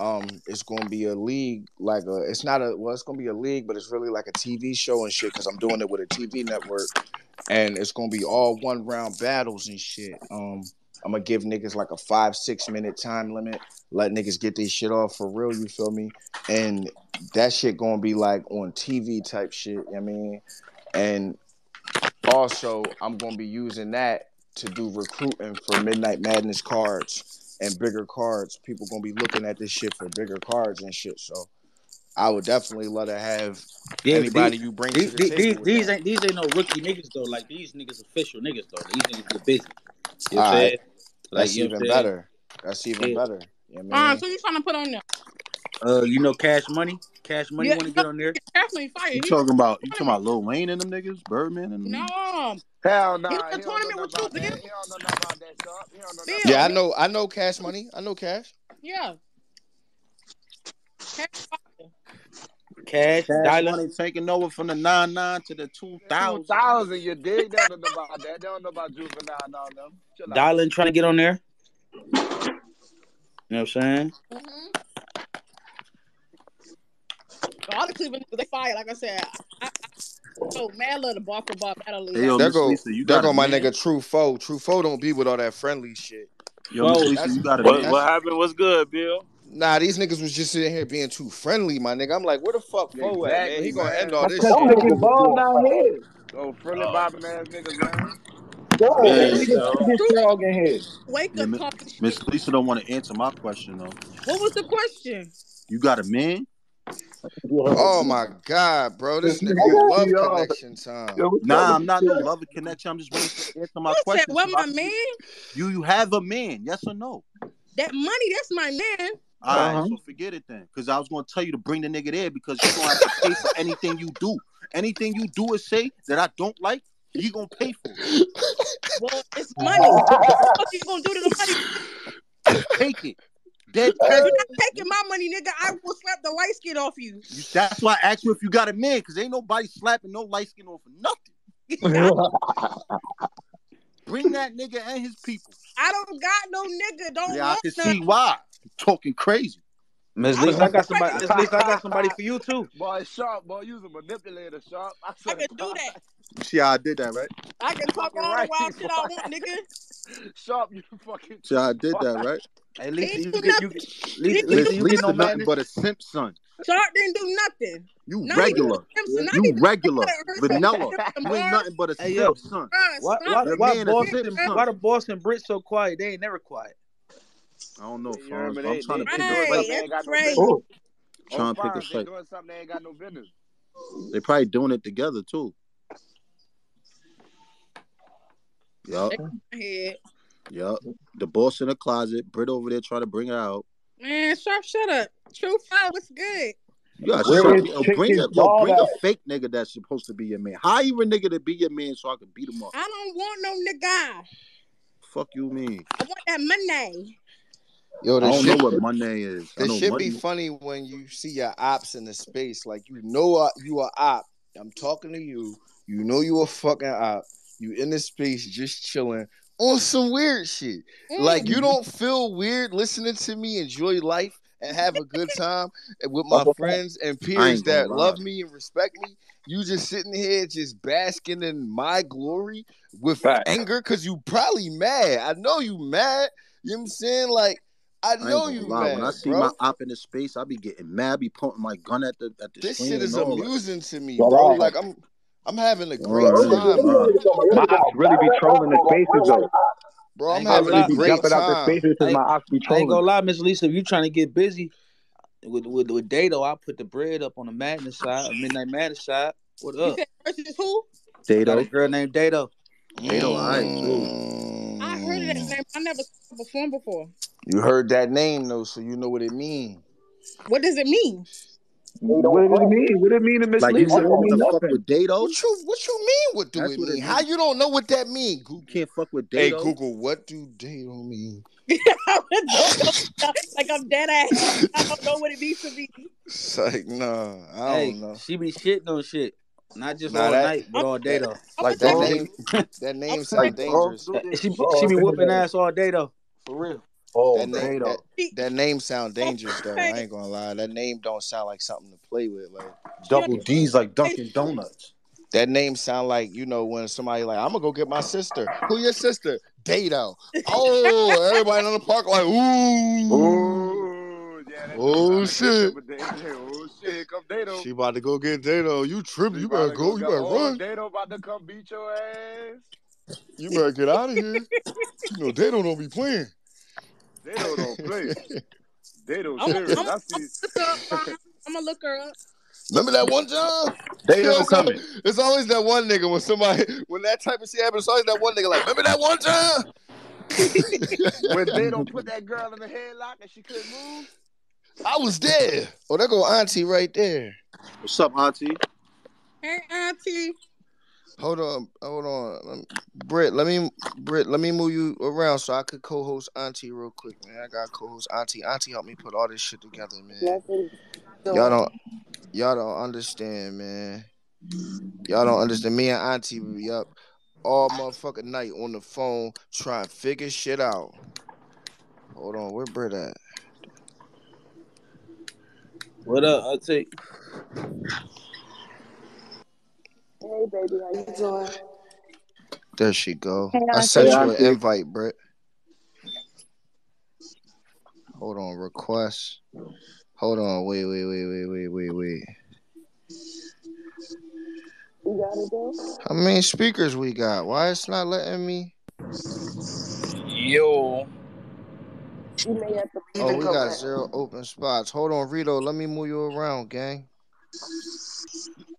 Um, it's gonna be a league like a. It's not a. Well, it's gonna be a league, but it's really like a TV show and shit. Cause I'm doing it with a TV network, and it's gonna be all one round battles and shit. Um, I'm gonna give niggas like a five six minute time limit. Let niggas get this shit off for real. You feel me? And that shit gonna be like on TV type shit. You know what I mean, and also I'm gonna be using that to do recruiting for Midnight Madness cards and bigger cards. People gonna be looking at this shit for bigger cards and shit. So I would definitely let her have
Yeah, but
anybody
these,
you bring to
these,
the
these, these,
table with
these
that.
ain't these ain't no rookie niggas though. Like these niggas official niggas though. These niggas get busy. You know what I'm
All right,
saying? Like
that's
you know what
even
I'm saying?
better. That's even
Yeah.
better. You know what I
Alright,
mean?
so you trying to put on there?
Uh, you know, Cash Money. Cash Money
Yeah,
want to get on there.
definitely fire.
You
He
talking about you
tournament.
talking about Lil Wayne and them niggas, Birdman and them
No.
Hell
He was
nah, he
in a
don't know
tournament with
nothing
you,
about that.
Bill.
He don't know nothing about that, Sharp. He don't know nothing
Bill.
Yeah,
about
I
that.
know. I know Cash Money. I know Cash.
Yeah. Cash
Cash
Cash
Dollar.
Money taking over from the nine nine to the two
Two
thousand.
thousand, you dig? They don't know nothing about that. They don't know about juvenile and all them. Chill out.
Dollar trying to get on there. You know what I'm saying?
Mm-hmm. All the Cleveland niggas, they fire. Like I said, I, I so mad love the bar for bar battle league.
Hey
Like,
yo,
There
Miss
go.
Lisa, you
There
got a
go my
man.
nigga True Foe. True Foe don't be with all that friendly shit.
Yo, Miss
Foe.
Lisa,
That's
you got a
What
man.
what
that's
happened? What's good, Bill?
Nah, these niggas was just sitting here being too friendly, my nigga. I'm like, where the fuck Fo at, man? He
Exactly,
gonna end
man.
all
That's
this
because
shit.
them niggas
Those
all not here.
those friendly
Oh,
bobbing ass niggas, man.
Yo, them
man,
niggas
yo.
niggas
True
dog in here.
wake
Yeah,
up
Mi-
talking shit.
Miss Lisa don't want to answer my question though.
What was the question?
You got a man?
Yo,
Oh my god, bro,
this
this nigga
nigga.
on love
Yo,
connection time.
yo, what y'all
Nah, I'm
niggas
not no
doing?
lover connection. I'm just waiting for you to answer my
You said,
question
"What
so I
my
can
man?
get you. You have a man? Yes or no?
That money, that's my
Uh
All
man."
right,
Uh-huh.
huh.
so forget it then, because I was gonna tell you to bring the nigga there because you're gonna have to pay for anything you do. Anything you do or say that I don't like, you gonna pay for it.
Well, it's money. What the fuck you gonna do to the money?
Take it, dead
You're
take it.
not taking my money, nigga. I will slap the light skin off you.
You, that's why I asked you if you got a man, because ain't nobody slapping no light skin on for nothing.
I,
Bring that nigga and his people.
I don't got no nigga. Don't
Yeah, I
want
can
none.
see why. You talking crazy.
Miss
I
Lisa, I
don't
got
like
somebody. Miss Lisa, I got somebody for you too.
boy, Sharp, boy, you's a manipulator, Sharp. I
I
swear to
can do
God.
that.
See how I did that, right?
I can talk all the wild shit I want, nigga.
Sharp, you fucking.
See how I did that, right?
At least you get you. At
least- at least you get no
nothing
madness.
but a Simpson.
Sharp didn't do nothing.
You
Not
regular.
even Simpson, not
You
even-
regular.
Herschel.
Vanilla. You ain't
Bars.
nothing but a
Hey, yo.
Simpson.
Why, why,
Your
why
man a
Boston?
Simpson.
Why the Boston Brits so quiet? They ain't never quiet.
I don't know,
You remember
Fonz, but I'm
they-
trying to
they
pick
doing
a
something
fight.
they ain't got no
crazy.
business.
Trying
Old
to pick
Fonz,
a
they
fight.
doing something they ain't got no business.
They probably doing it together too. Yup.
Head.
Yup. The boss in the closet. Brit over there trying to bring her out.
Man, Sharp, shut up. True five, what's good?
You got
Where
sharp.
is
Yo,
Chick
bring
is
a yo,
bald
bring a
at?
fake nigga that's supposed to be your man. Hire a nigga to be your man so I can beat him up.
I don't want no nigga.
Fuck you mean?
I want that money.
Yo,
I
this
don't know
shit-
what Monday is. I
This
know
should be
Monday.
funny when you see your ops in the space. Like you know uh, you are op. I'm talking to you. You know you a fucking op. You in the space just chilling on some weird shit. Like
Mm.
you don't feel weird listening to me enjoy life and have a good time with my friends and
I
peers
ain't gonna
that
lie.
love me and respect me. You just sitting here just basking in my glory with
Facts.
anger because you probably mad. I know you mad. You know what I'm saying? Like I
I ain't
know
gonna
you
lie.
mad,
When I see
bro
my op in the space, I be getting mad. I be pointing my gun at the at the
this
screen
shit
and
is
all that.
amusing to me,
Well,
bro.
I-
Like I'm I'm having a great
All right,
time,
all
bro.
right.
My ops really be trolling the spaces though.
Bro, I'm
ain't
I
gonna
having
really
a
lie.
be
great
jumping out the
time.
spaces
I
because my
ain't,
ops be
I ain't
trolling.
gonna lie, Miss Lisa. If you trying to get busy with with with Dato, I put the bread up on the madness side, midnight madness side. What
You
up?
said versus who?
Got a
Dato,
girl named Mm. Dato.
Dato, all right, cool.
I heard of that
Mm.
name. I never saw it perform before.
You heard that name though, so you know what it means.
What does it mean?
What did it mean? What did it mean to Miss
Like you
Lisa? It
wouldn't
don't
want
mean
to fuck
nothing.
with Dato?
What you what you mean? What do
That's
it
what it
mean? How
means.
you don't know what that mean,
You
Google?
can't fuck with
Hey
Dato.
Google, what do Dato mean?
don't go like I'm dead ass. I don't know what it means to be.
It's like, nah, I
Hey,
don't know.
she be shitting on shit, not just
Nah,
all
that
night, but
I'm,
all day
that
though.
I'm
like
gonna
that
take
name
it.
that
I'm
name
gonna take
sound
it.
dangerous.
Uh, She be- she be whooping ass all day though, for real.
Oh,
That name that
Dato.
She,
that name sound
I'm
dangerous though.
gonna
I ain't gonna lie. That name don't sound like something to play with. Like
take
Double D's like
it.
Dunkin' Donuts.
that name sound like you know when somebody like I'm gonna go get my sister. Who your sister? Dato. Oh, everybody in the park like ooh.
Oh, yeah, that joke
Oh
sounded good. Remember
shit.
Dato? Oh shit, here come Dato.
She about to go get Dato. You tripping?
She
You
about
better
to go
go. You
go.
better
Oh,
run.
Dato about to come beat your ass.
You better get out of here. You know Dato don't be playing.
Dato don't play. Dato
I'm,
serious.
I'm,
I
I'm
see.
gonna look her up. Ron. I'm gonna look her up.
Remember that one time? Yo,
Dato
it's, al-
coming.
it's always that one nigga when somebody when that type of shit happens. It's always that one nigga like, remember that one time?
when Dato put that girl in the headlock and she couldn't move.
I was there. Oh, there go auntie right there.
What's up, Auntie?
Hey, auntie.
Hold on, hold on, Let me- Britt. Let me, Britt. Let me move you around so I could co-host Auntie real quick, man. I got co-host Auntie. Auntie helped me put all this shit together, man.
Nothing
Y'all
doing.
don't, y'all don't understand, man. Y'all don't understand. Me and Auntie be up all motherfucking night on the phone trying to figure shit out. Hold on, where Britt at?
What up? I take.
Hey, baby, how you doing?
There she go.
Hey,
I
Hey,
Auntie.
sent you an
Auntie.
invite, Britt. Hold on, request. Hold on, wait, wait, wait, wait, wait, wait, wait.
You got it, though?
How many speakers we got? Why it's not letting me?
Yo,
You may have to leave
Oh,
and
we
come
got
back.
zero open spots. Hold on, Rito. Let me move you around, gang.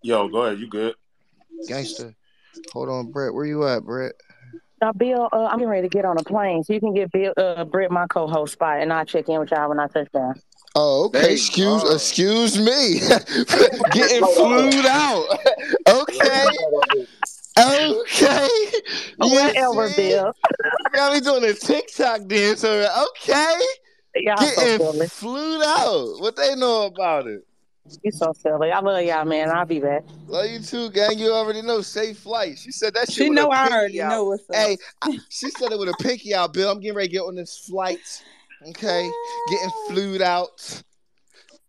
Yo, go ahead. You good?
Gangster. Hold on, Brett. Where you at, Brett?
Now, Bill, uh, I'm getting ready to get on a plane, so you can get Bill, uh, Britt my co-host spot, and I'll check in with y'all when I touch down.
Oh, okay.
Thank
Excuse,
God.
excuse me. Getting
Light up there.
flued out.
Light
okay,
the light up there.
okay.
Oh,
You
Whatever,
see,
Bill.
got me doing a TikTok dance. so, Okay,
Y'all so
getting
silly.
flued out. What they know about it?
You so silly. I love y'all, man. I'll be back.
Love you too, gang. You already know. Safe flight. She said that shit
She
with a
know I
pinky
already
out.
know what's up.
Hey, I, she said it with a pinky out, Bill. I'm getting ready to get on this flight. Okay. Getting flued out.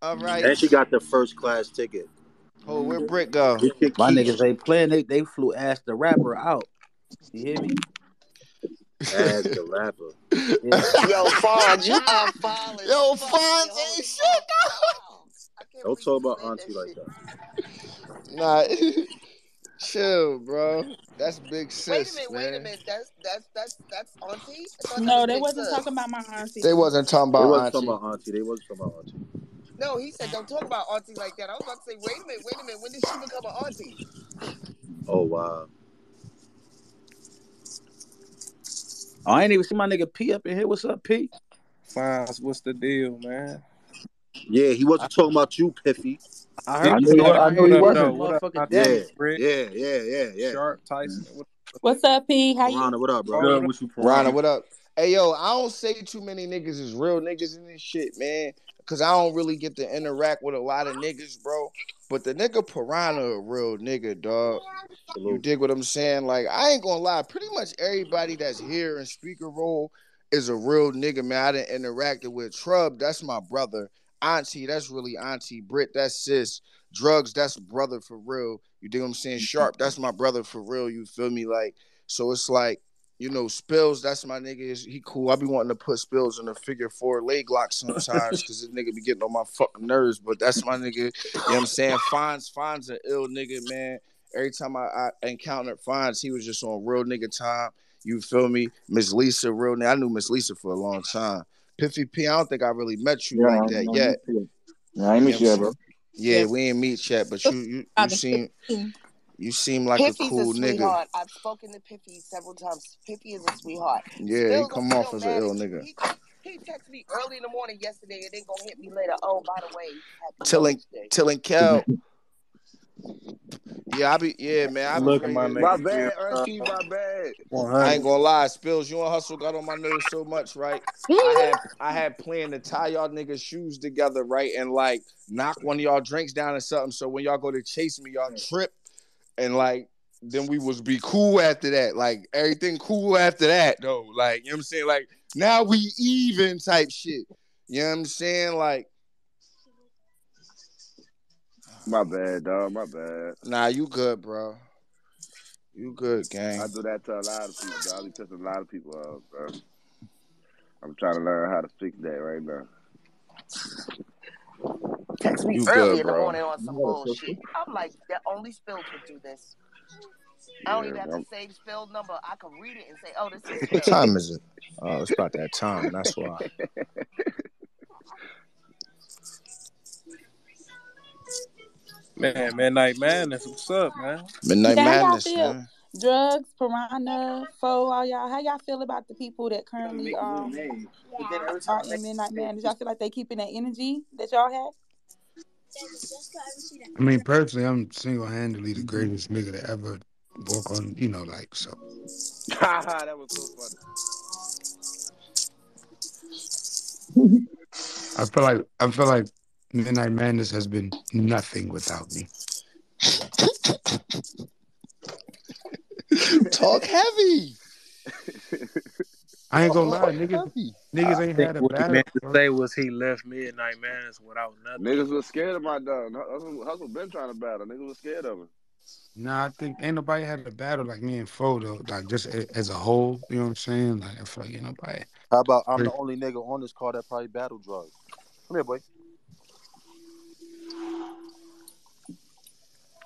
All right.
And she got the first class ticket.
Oh, where Brick go?
My niggas ain't playing. They they flew ass the rapper out. You hear me?
Ass the rapper.
Yo, Fonz, you are falling.
Yo, Fonz ain't shit.
Don't talk about auntie like that.
Nah, chill, bro. That's big sis,
wait a minute,
man.
wait a minute. That's that's that's that's auntie. I thought that
No,
was
they
Big
wasn't
Sis.
talking about my auntie.
They wasn't talking
They
about
wasn't
auntie.
talking about auntie. They wasn't talking about auntie.
No, he said don't talk about auntie like that. I was about to say, wait a minute, wait a minute. When did she become an auntie?
Oh wow.
Oh, I ain't even see my nigga P up in here. What's up, P?
Fonz, what's the deal, man?
Yeah, he wasn't talking about you, Piffy.
I
I
heard
knew
you.
he, I
I
knew
heard
he
him
wasn't.
though. What up,
Motherfucker,
out
damn
there,
it.
Brick?
Yeah, yeah, yeah, yeah.
Sharp Tyson. What
What's up, P? How you?
Piranha, what up, bro?
What up?
What Rhonda, what up? Hey, yo, I don't say too many niggas is real niggas in this shit, man. Cause I don't really get to interact with a lot of niggas, bro. But the nigga Piranha a real nigga, dog. You
Salute.
dig what I'm saying? Like, I ain't gonna lie. Pretty much everybody that's here in speaker role is a real nigga, man. I done interacted with Trub, that's my brother. Auntie, that's really Auntie. Brit, that's sis. Drugs, that's brother for real. You dig what I'm saying? Sharp, that's my brother for real. You feel me? Like, so it's like, you know, Spills, that's my nigga. Is He cool. I be wanting to put Spills in a figure four leg lock sometimes because this nigga be getting on my fucking nerves. But that's my nigga. You know what I'm saying? Fonz, Fonz an ill nigga, man. Every time I, I encountered Fonz, he was just on real nigga time. You feel me? Miss Lisa, real nigga. I knew Miss Lisa for a long time. Piffy P, I don't think I really met you
Yeah,
like
I
that
ain't
yet.
meet you. Yeah, I ain't
You know
meet
what
you yet,
I'm saying?
bro.
Yeah, we ain't meet yet, but you you you seem you seem like a
Piffy's a
cool nigga.
sweetheart. I've spoken to Piffy several times. Piffy is a sweetheart.
Yeah, he
Spills, I'm
come off
still
as an
mad
ill
at you.
nigga.
He he texted me early in the morning yesterday and they gonna hit me later. Oh, by the way, happy
Telling
Mother's Day.
telling Kel, yeah, I be yeah, man, I be
Look at
ready
my
to
nigga
My
Kel.
bad, Erskine, my bad.
I
100.
ain't gonna lie, Spills, you and Hustle got on my nerves so much, right? I had I had planned to tie y'all niggas' shoes together, right? And like knock one of y'all drinks down or something. So when y'all go to chase me, y'all trip and like then we was be cool after that. Like everything cool after that though. Oh, Like, you know what I'm saying? Like now we even type shit. You know what I'm saying? Like,
My bad, dog. My bad.
nah, you good, bro. You good,
I
gang.
do that to a lot of people. Dog. I be pissing a lot of people off, bro. I'm trying to learn how to fix that right now.
Text me
You
early
good,
in the
bro.
morning on
You
some
got a sister?
bullshit. I'm like, that only Spills would do this. I don't
Yeah,
even have to
bro.
save Spills number. I can read it and say, oh, this is
What
Spills.
time is it? Oh, it's about that time. That's why.
Man, Midnight Madness, what's up, man?
Midnight
Yeah, how y'all
Madness,
feel?
man.
Drugs, piranha, foe, all y'all. How y'all feel about the people that currently um are in midnight madness? Y'all feel like they keeping that energy that y'all had?
I mean, personally, I'm single handedly the greatest nigga to ever walk on, you know, like, so.
that was so funny.
I feel like, I feel like Midnight Madness has been nothing without me.
Talk heavy.
I ain't gonna lie,
Talk
niggas,
heavy.
niggas
I
ain't
think
had a
what he meant
battle,
to
bro.
say was he left Midnight Madness without nothing.
Niggas was scared of my dog. Hustle, Hustle been trying to battle. Niggas was scared of him.
Nah, I think ain't nobody had a battle like me and Fo though. Like just a, as a whole, you know what I'm saying? Like I feel like ain't nobody.
How about I'm the only nigga on this call that probably battle drugs. Come here, boy.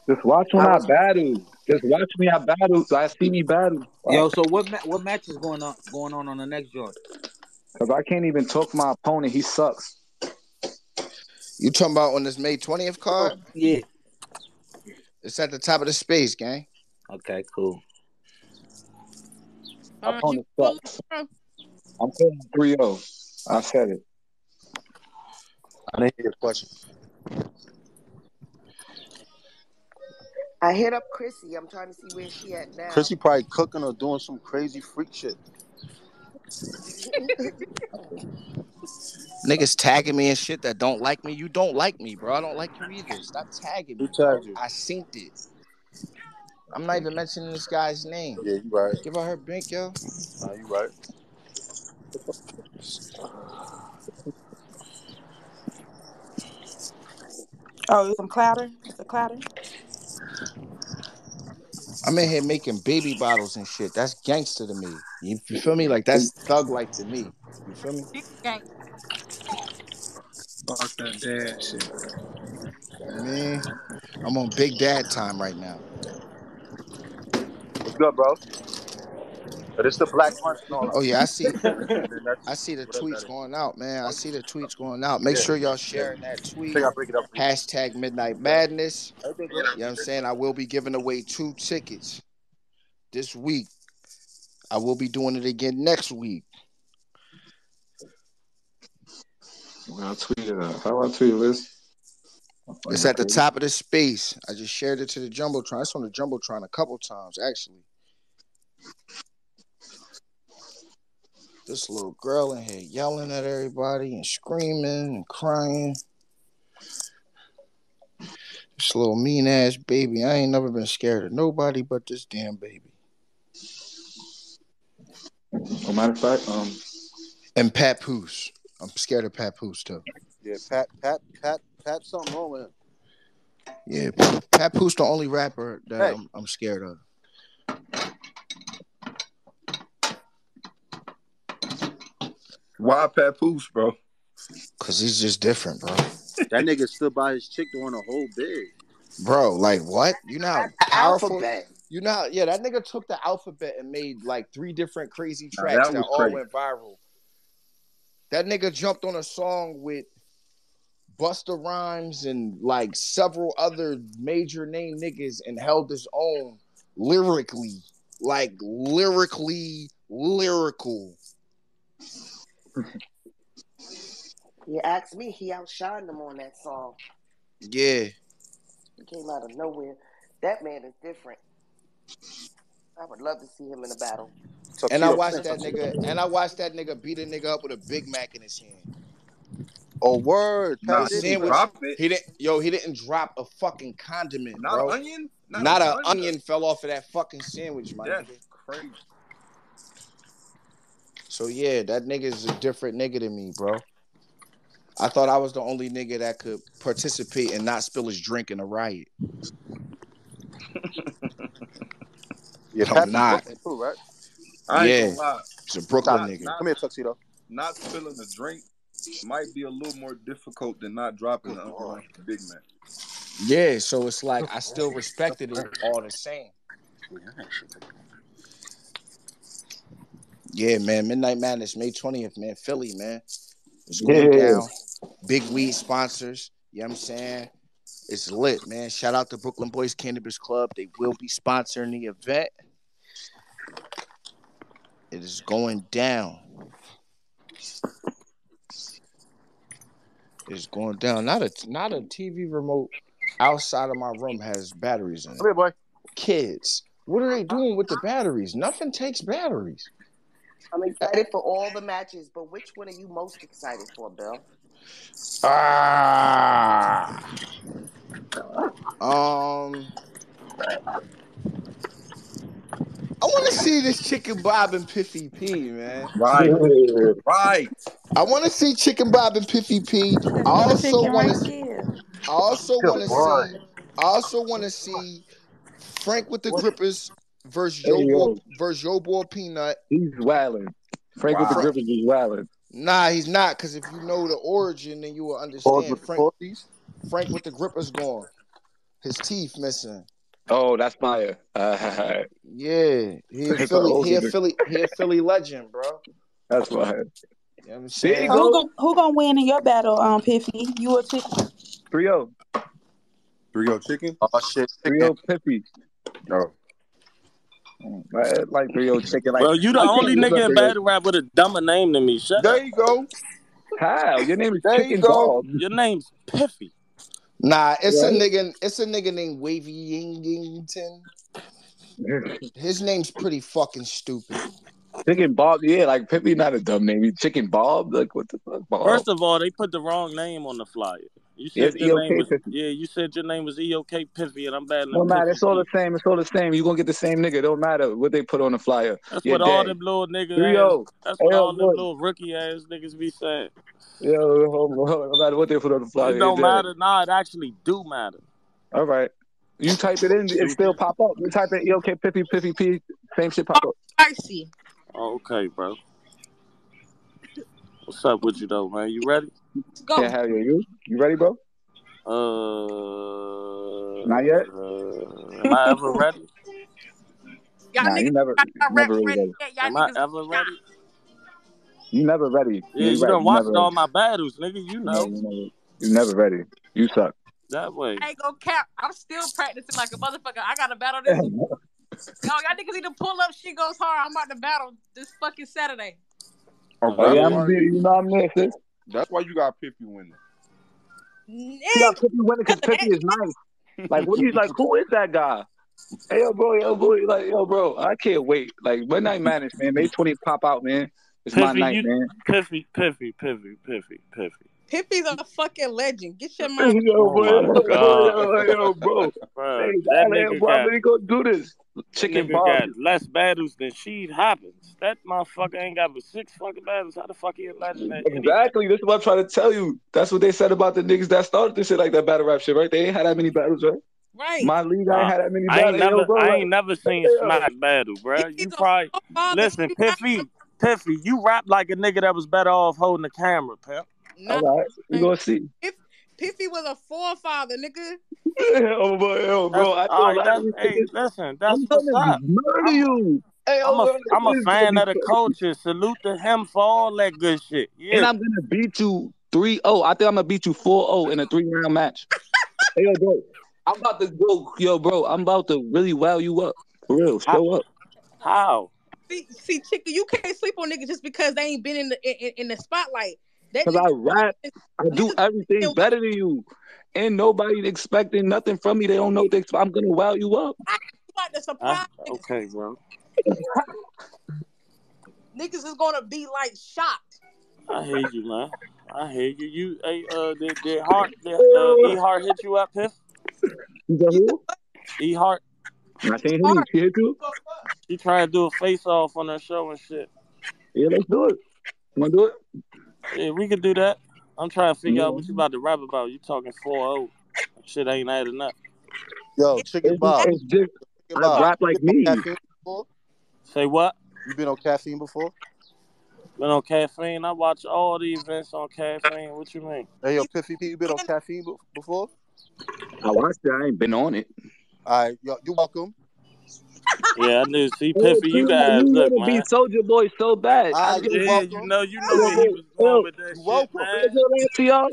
Just watch when
I
I
was
battle. Just watch me. I battle. So I see me battle.
yo. So what ma- what match is going on going on on the next joint?
Because I can't even talk my opponent. He sucks.
You talking about on this May 20th card?
Yeah.
It's at the top of the space, gang.
Okay. Cool.
Fonz, you
Opponent
full
sucks.
bro?
I'm calling 3 0. oh. I said it.
I didn't hear your question.
I hit up Chrissy. I'm trying to see where she at now.
Chrissy probably cooking or doing some crazy freak shit.
Niggas tagging me and shit that don't like me. You don't like me, bro. I don't like you either. Stop tagging
Who
me, bro.
tagged you?
I seen it. I'm not even mentioning this guy's name.
Yeah, you right.
Give her her bank, yo.
Nah, you right.
Oh, it's some clatter. It's a clatter.
I'm in here making baby bottles and shit. That's gangster to me. You, you feel me? Like that's thug like to me. You feel me?
Fuck that dad shit.
Man, I'm on big dad time right now.
What's good, bro? But it's the black lunch and all that.
Oh yeah, I see.
And that's-
I see the
whatever that
tweets
is.
going out, man. I see the tweets going out. Make
Yeah.
sure y'all sharing that
I
tweet.
think I'll break it up for you.
Hashtag Midnight Madness.
Everything
You
good?
know what I'm saying? I will be giving away two tickets this week. I will be doing it again next week.
When I tweeted out, how I tweet this?
It's at the top of the space. I just shared it to the Jumbotron. It's on the Jumbotron a couple times, actually. This little girl in here yelling at everybody and screaming and crying. This little mean ass baby. I ain't never been scared of nobody but this damn baby.
As a matter of fact, um,
And Papoose. I'm scared of Papoose too.
Yeah, Pat, Pat, Pat, Pat, something wrong with him.
Yeah, P- Papoose the only rapper that
Hey.
I'm, I'm scared of.
Why Papoose, bro?
Cause he's just different, bro.
That nigga stood by his chick during a whole bid.
Bro, like what? You know how powerful.
Alphabet.
You know, how, yeah, that nigga took the alphabet and made like three different crazy
Nah,
tracks
that
that
was
all
crazy.
went viral. That nigga jumped on a song with Busta Rhymes and like several other major name niggas and held his own lyrically, like lyrically lyrical.
You asked me, he outshined them on that song.
Yeah,
He came out of nowhere. That man is different. I would love to see him in a battle.
and I
Tuxedo
watched
Prince.
that nigga, and I watched that nigga beat a nigga up with a Big Mac in his hand. Oh word,
Nah,
a
he didn't
sandwich.
drop it.
He didn't. Yo, he didn't drop a fucking condiment,
Not an
bro.
onion. Not an
Not a
onion.
onion fell off of that fucking sandwich, my
That's
nigga.
crazy.
So yeah, that nigga's a different nigga than me, bro. I thought I was the only nigga that could participate and not spill his drink in a riot.
Yeah,
I'm
Pat from
not.
Brooklyn too, right?
I ain't
Yeah,
gonna lie.
he's a Brooklyn
Not
nigga.
not
Come here, tuxedo.
not spilling the drink might be a little more difficult than not dropping the
Lord.
underlying Big Mac.
Yeah, so it's like I still respected him all the same. Yeah, man. Midnight Madness, May 20th, man. Philly, man. It's going
yeah.
down. Big weed sponsors. You know what I'm saying? It's lit, man. Shout out to Brooklyn Boys Cannabis Club. They will be sponsoring the event. It is going down. It is going down. Not a not a TV remote outside of my room has batteries in it.
Come here, boy.
Kids, what are they doing with the batteries? Nothing takes batteries.
I'm excited for all the matches, but which one are you most excited for, Bill?
Ah. Um, I want to see this Chicken Bob and Piffy P, man.
Right, right.
I want to see Chicken Bob and Piffy P. I
That's my
also
chicken
want
right
to.
there.
I also
Good
want to
boy.
see. I also want to see Frank with the Grippers versus
Hey
Yo Boy
yo,
versus Yo Boy Peanut.
he's wilding. Frank with the
Wow.
Frank,
grippers is wilding.
nah, he's not. Cause if you know the origin, then you will
Pause
understand.
with the
Frank,
forties.
Frank with the Grippers gone. His teeth missing.
Oh, that's fire. Uh,
Yeah, he a
Frank with
Philly. He a
older.
Philly. He a Philly legend, bro.
That's fire.
You know what I'm
There you
saying?
So who
go.
gon' who gonna win in your battle, um, Piffy? You or Chicken?
3 0.
Three O chicken.
Oh shit,
3
chicken.
Pippy.
No.
I like 3 0 chicken. Like,
Bro, you the
I can't
only
live up
nigga in
3
battle rap with a dumber name than me. Shut
There
up.
you go.
How? Your name is
There you
Chicken
go.
Dog.
Your name's Piffy.
Uh,
Nah, it's a
Right?
nigga. It's a nigga named Wavy Yingington. His name's pretty fucking stupid.
Chicken Bob. Yeah, like Pippy, not a dumb name. He's Chicken Bob. Like, what the fuck, Bob?
First of all, they put the wrong name on the flyer. You
Yes,
said your name
EOK
was
Pippy.
yeah. You said your name was E EOK Piffy, and I'm battling
No matter.
Piffy
It's all the
P.
same. It's all the same. You're going to get the same nigga. Don't matter what they put on the flyer.
That's
You're
what all
dead.
them little nigga ass.
3-0.
That's
Hey,
what
yo,
all them
look.
little rookie ass niggas be saying.
Yo, hold on, hold on. no matter what they put on the flyer,
It
you're
don't
dead.
matter. Nah, it actually do matter.
All right. You type it in, it still pop up. You type in EOK Piffy Piffy P, same shit pop up.
Spicy.
Oh, Okay, bro. What's up with you though, man? You ready?
Go.
Yeah, hell yeah. You you ready, bro?
Uh,
Not yet.
am I ever ready?
Y'all
Nah, you never, never really ready.
Am I ever ready?
You never ready.
Yeah,
you
you
right.
done
You
watched
never ready.
all my battles, nigga. You
Yeah,
know
you never, you never ready. You suck.
that way.
I ain't gonna cap. I'm still practicing like a motherfucker. I gotta battle this. week. Yo, y'all niggas need to pull up. She goes hard. I'm about to battle this fucking Saturday.
Oh,
Oh,
yeah,
that's
I'm
why
gonna be, you know I'm there, sis.
that's why you got Piffy winning.
You
got Pippy winning because Pippy is nice. Like, what do you like? Who is that guy? Hey, yo, bro, yo, boy, like, yo, bro, I can't wait. Like, when night madness, man, May 20 pop out, man. It's my
Piffy,
night,
you- Uh,
man.
Piffy, Piffy, Piffy, Piffy, Piffy.
Pippy's a fucking legend. Get your mind.
Yo,
Oh
boy,
my
yo, boy,
god,
yo, yo, bro. Hey,
bro, that
y'all, hey,
nigga
boy, I'm
got
really gonna do this.
that
Chicken
nigga got
barbecue.
less battles than she Hoppins. That motherfucker ain't got but six fucking battles. How the fuck he imagine that anything?
Exactly. This is what I'm trying to tell you. That's what they said about the niggas that started this shit, like that battle rap shit, right? They ain't had that many battles, right?
Right.
My league, I ain't
Nah,
had that many
I ain't
battles. Hey, yo,
never,
bro,
I
like,
ain't never seen
yo.
Smack battle, bro. You probably
Father,
listen,
she not-
Piffy, Piffy. You rap like a nigga that was better off holding the camera, pimp.
Nah,
All right, we gonna see.
Piff, Piffy was a forefather, nigga.
oh, boy, yo,
That's
bro, I
all
know a
right.
lot of
That's
these
hey,
niggas.
listen,
I'm
that's what's
gonna
up.
murder
I'm
you. Hey, yo,
I'm a
bro,
I'm a
this is gonna
fan
be
of the
crazy.
culture. Salute to him for all that good shit.
And
Yeah.
I'm gonna beat you 3 0. I think I'm gonna beat you 4 0 in a three round match. Hey, yo, bro, I'm about to go, yo, bro, I'm about to really wow you up. For real,
How?
show up.
how?
See, see, chicken, you can't sleep on niggas just because they ain't been in the in, in the spotlight. They
Cause
need
I rap, I do
niggas.
everything better than you, and nobody expecting nothing from me. They don't know what they expect. I'm gonna wow you up.
You about to
I,
surprise niggas.
okay, bro.
Niggas is gonna be like shocked.
I hear you, man. I hear you. You hey, uh did, did Hart did uh, E
Yo.
Hart hit you up, Piff?
You said who?
E Hart.
I can't hear you. She hit you?
She trying to do a face off on her show and shit.
Yeah, let's do it. You wanna do it?
Yeah, we could do that. I'm trying to figure out what you
Yeah.
about to rap about. You talking 4-0. Shit ain't adding up.
Yo, chicken
It's just,
Bob.
it's just
Chicken
I
Bob.
rap
You
like
been on
me.
caffeine before?
Say what?
You been on caffeine before?
Been on caffeine. I watch all the events on caffeine. What you mean?
Hey, yo, Piffy P, you been on caffeine be- before?
I watched it. I ain't been on it.
All right, yo, you're welcome.
Yeah, I knew. See,
Yo,
Piffy, you
dude, like,
guys,
you
look,
want to be
man.
Soldier Boy so bad. I
All right,
just,
you're
Yeah, you
welcome.
know, you know
yo,
where he
bro,
was going
yo,
with that
You're
shit,
welcome.
yo,
man.
yo, that to y'all.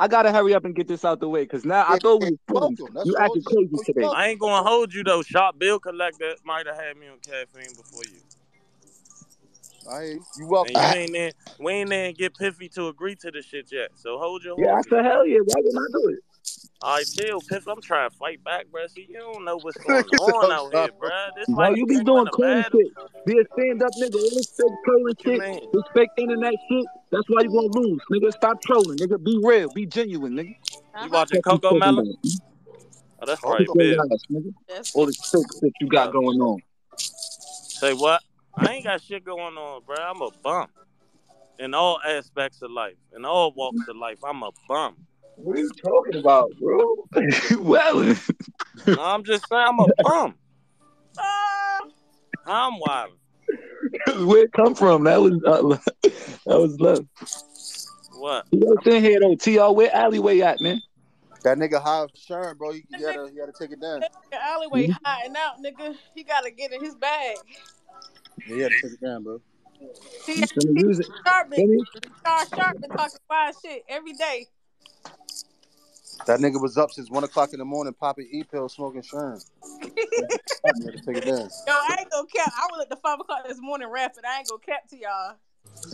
I gotta hurry up and get this out the way, cause now I
And,
thought we
and
was
you're
friends.
welcome. That's
You
all.
acting
Just
crazy
know you're
today.
I
welcome.
ain't gonna hold you though. Sharp bill collector might have had me on caffeine before you,
I hear you. You're
and
welcome.
you ain't in. We ain't in get Piffy to agree to this shit yet. So hold your
Yeah, I
horses,
said
man.
hell yeah. Why wouldn't I do it?
All right, chill, Piff. I'm trying to fight back, bruh. See, you don't know what's going
Nigga said
on
I'm
out
sorry.
here, bruh. This
Bro, you
like you
be
can't win
doing
a
clean
battle.
shit. Be a stand up nigga. All this fake trolling
What you
shit,
mean?
this fake internet shit. That's why you gonna lose, nigga. Stop trolling, nigga. Be real, be genuine, nigga.
You
Uh-huh.
watching
Fuck you talking
Coco Melon?
about? nigga?
Oh, that's
Off
probably
your
Bill.
ass, nigga.
That's
All this fake shit you got
Yo,
going on.
say what? I ain't got shit going on, bruh. I'm a bum in all aspects of life, in all walks of life. I'm a bum.
What are you talking about, bro? well,
No, I'm just saying I'm a bum. Ah, I'm wild.
where it come from? That was uh, that was love.
What?
You know, sitting here though, Tr. Where alleyway at, man?
That nigga high Sharon, bro. You,
that
you
nigga
gotta, you gotta take it down.
that nigga alleyway
Mm-hmm.
hiding out, nigga. He gotta get in his bag.
Yeah, you gotta take it down, bro.
T
You finna
T
use it.
Sharp been
Feel me?
Star Sharp been talking wild shit every day.
That nigga was up since one o'clock in the morning, popping e pills, smoking Sharon. You gotta take it down.
Yo, I ain't gonna cap. I was at the five o'clock this morning rapping. I ain't gonna cap to y'all.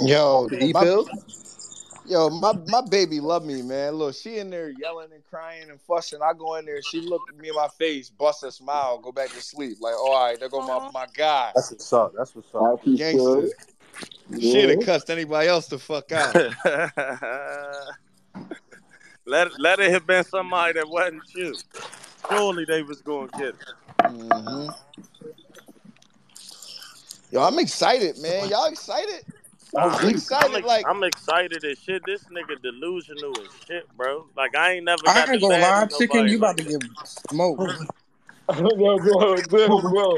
Oh,
Yo,
the e
my
pills.
yo, my my baby love me, man. Look, she in there yelling and crying and fussing. I go in there, she look at me in my face, bust a smile, go back to sleep. Like, all right, there go my
Oh,
my guy,
That's what's up. That's what's up.
Happy show.
gangster. She'd have
Yeah.
cussed anybody else the fuck out.
let let it have been somebody that wasn't you. Surely they was gonna get it.
hmm Yo, I'm excited, man. Y'all excited?
Oh,
I'm
I'm
geez.
I'm
excited.
ex-
Like,
I'm excited as shit. This nigga delusional as shit, bro. Like I ain't never
I
got to
ain't gonna
battle
lie, chicken.
nobody
You about
like
to
that.
get smoked.
no, bro,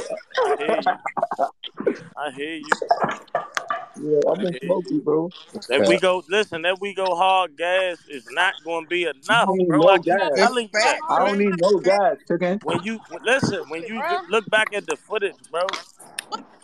bro, bro.
I hear you. I hear you.
Yeah, I've
I
been
hear you.
smoky, bro.
That we go listen, that we go hard gas is not gonna be
I
enough,
don't need
bro. I
no
keep
gas.
telling you that.
I don't need no gas, chicken.
When you listen, when you
Bruh.
look back at the footage, bro,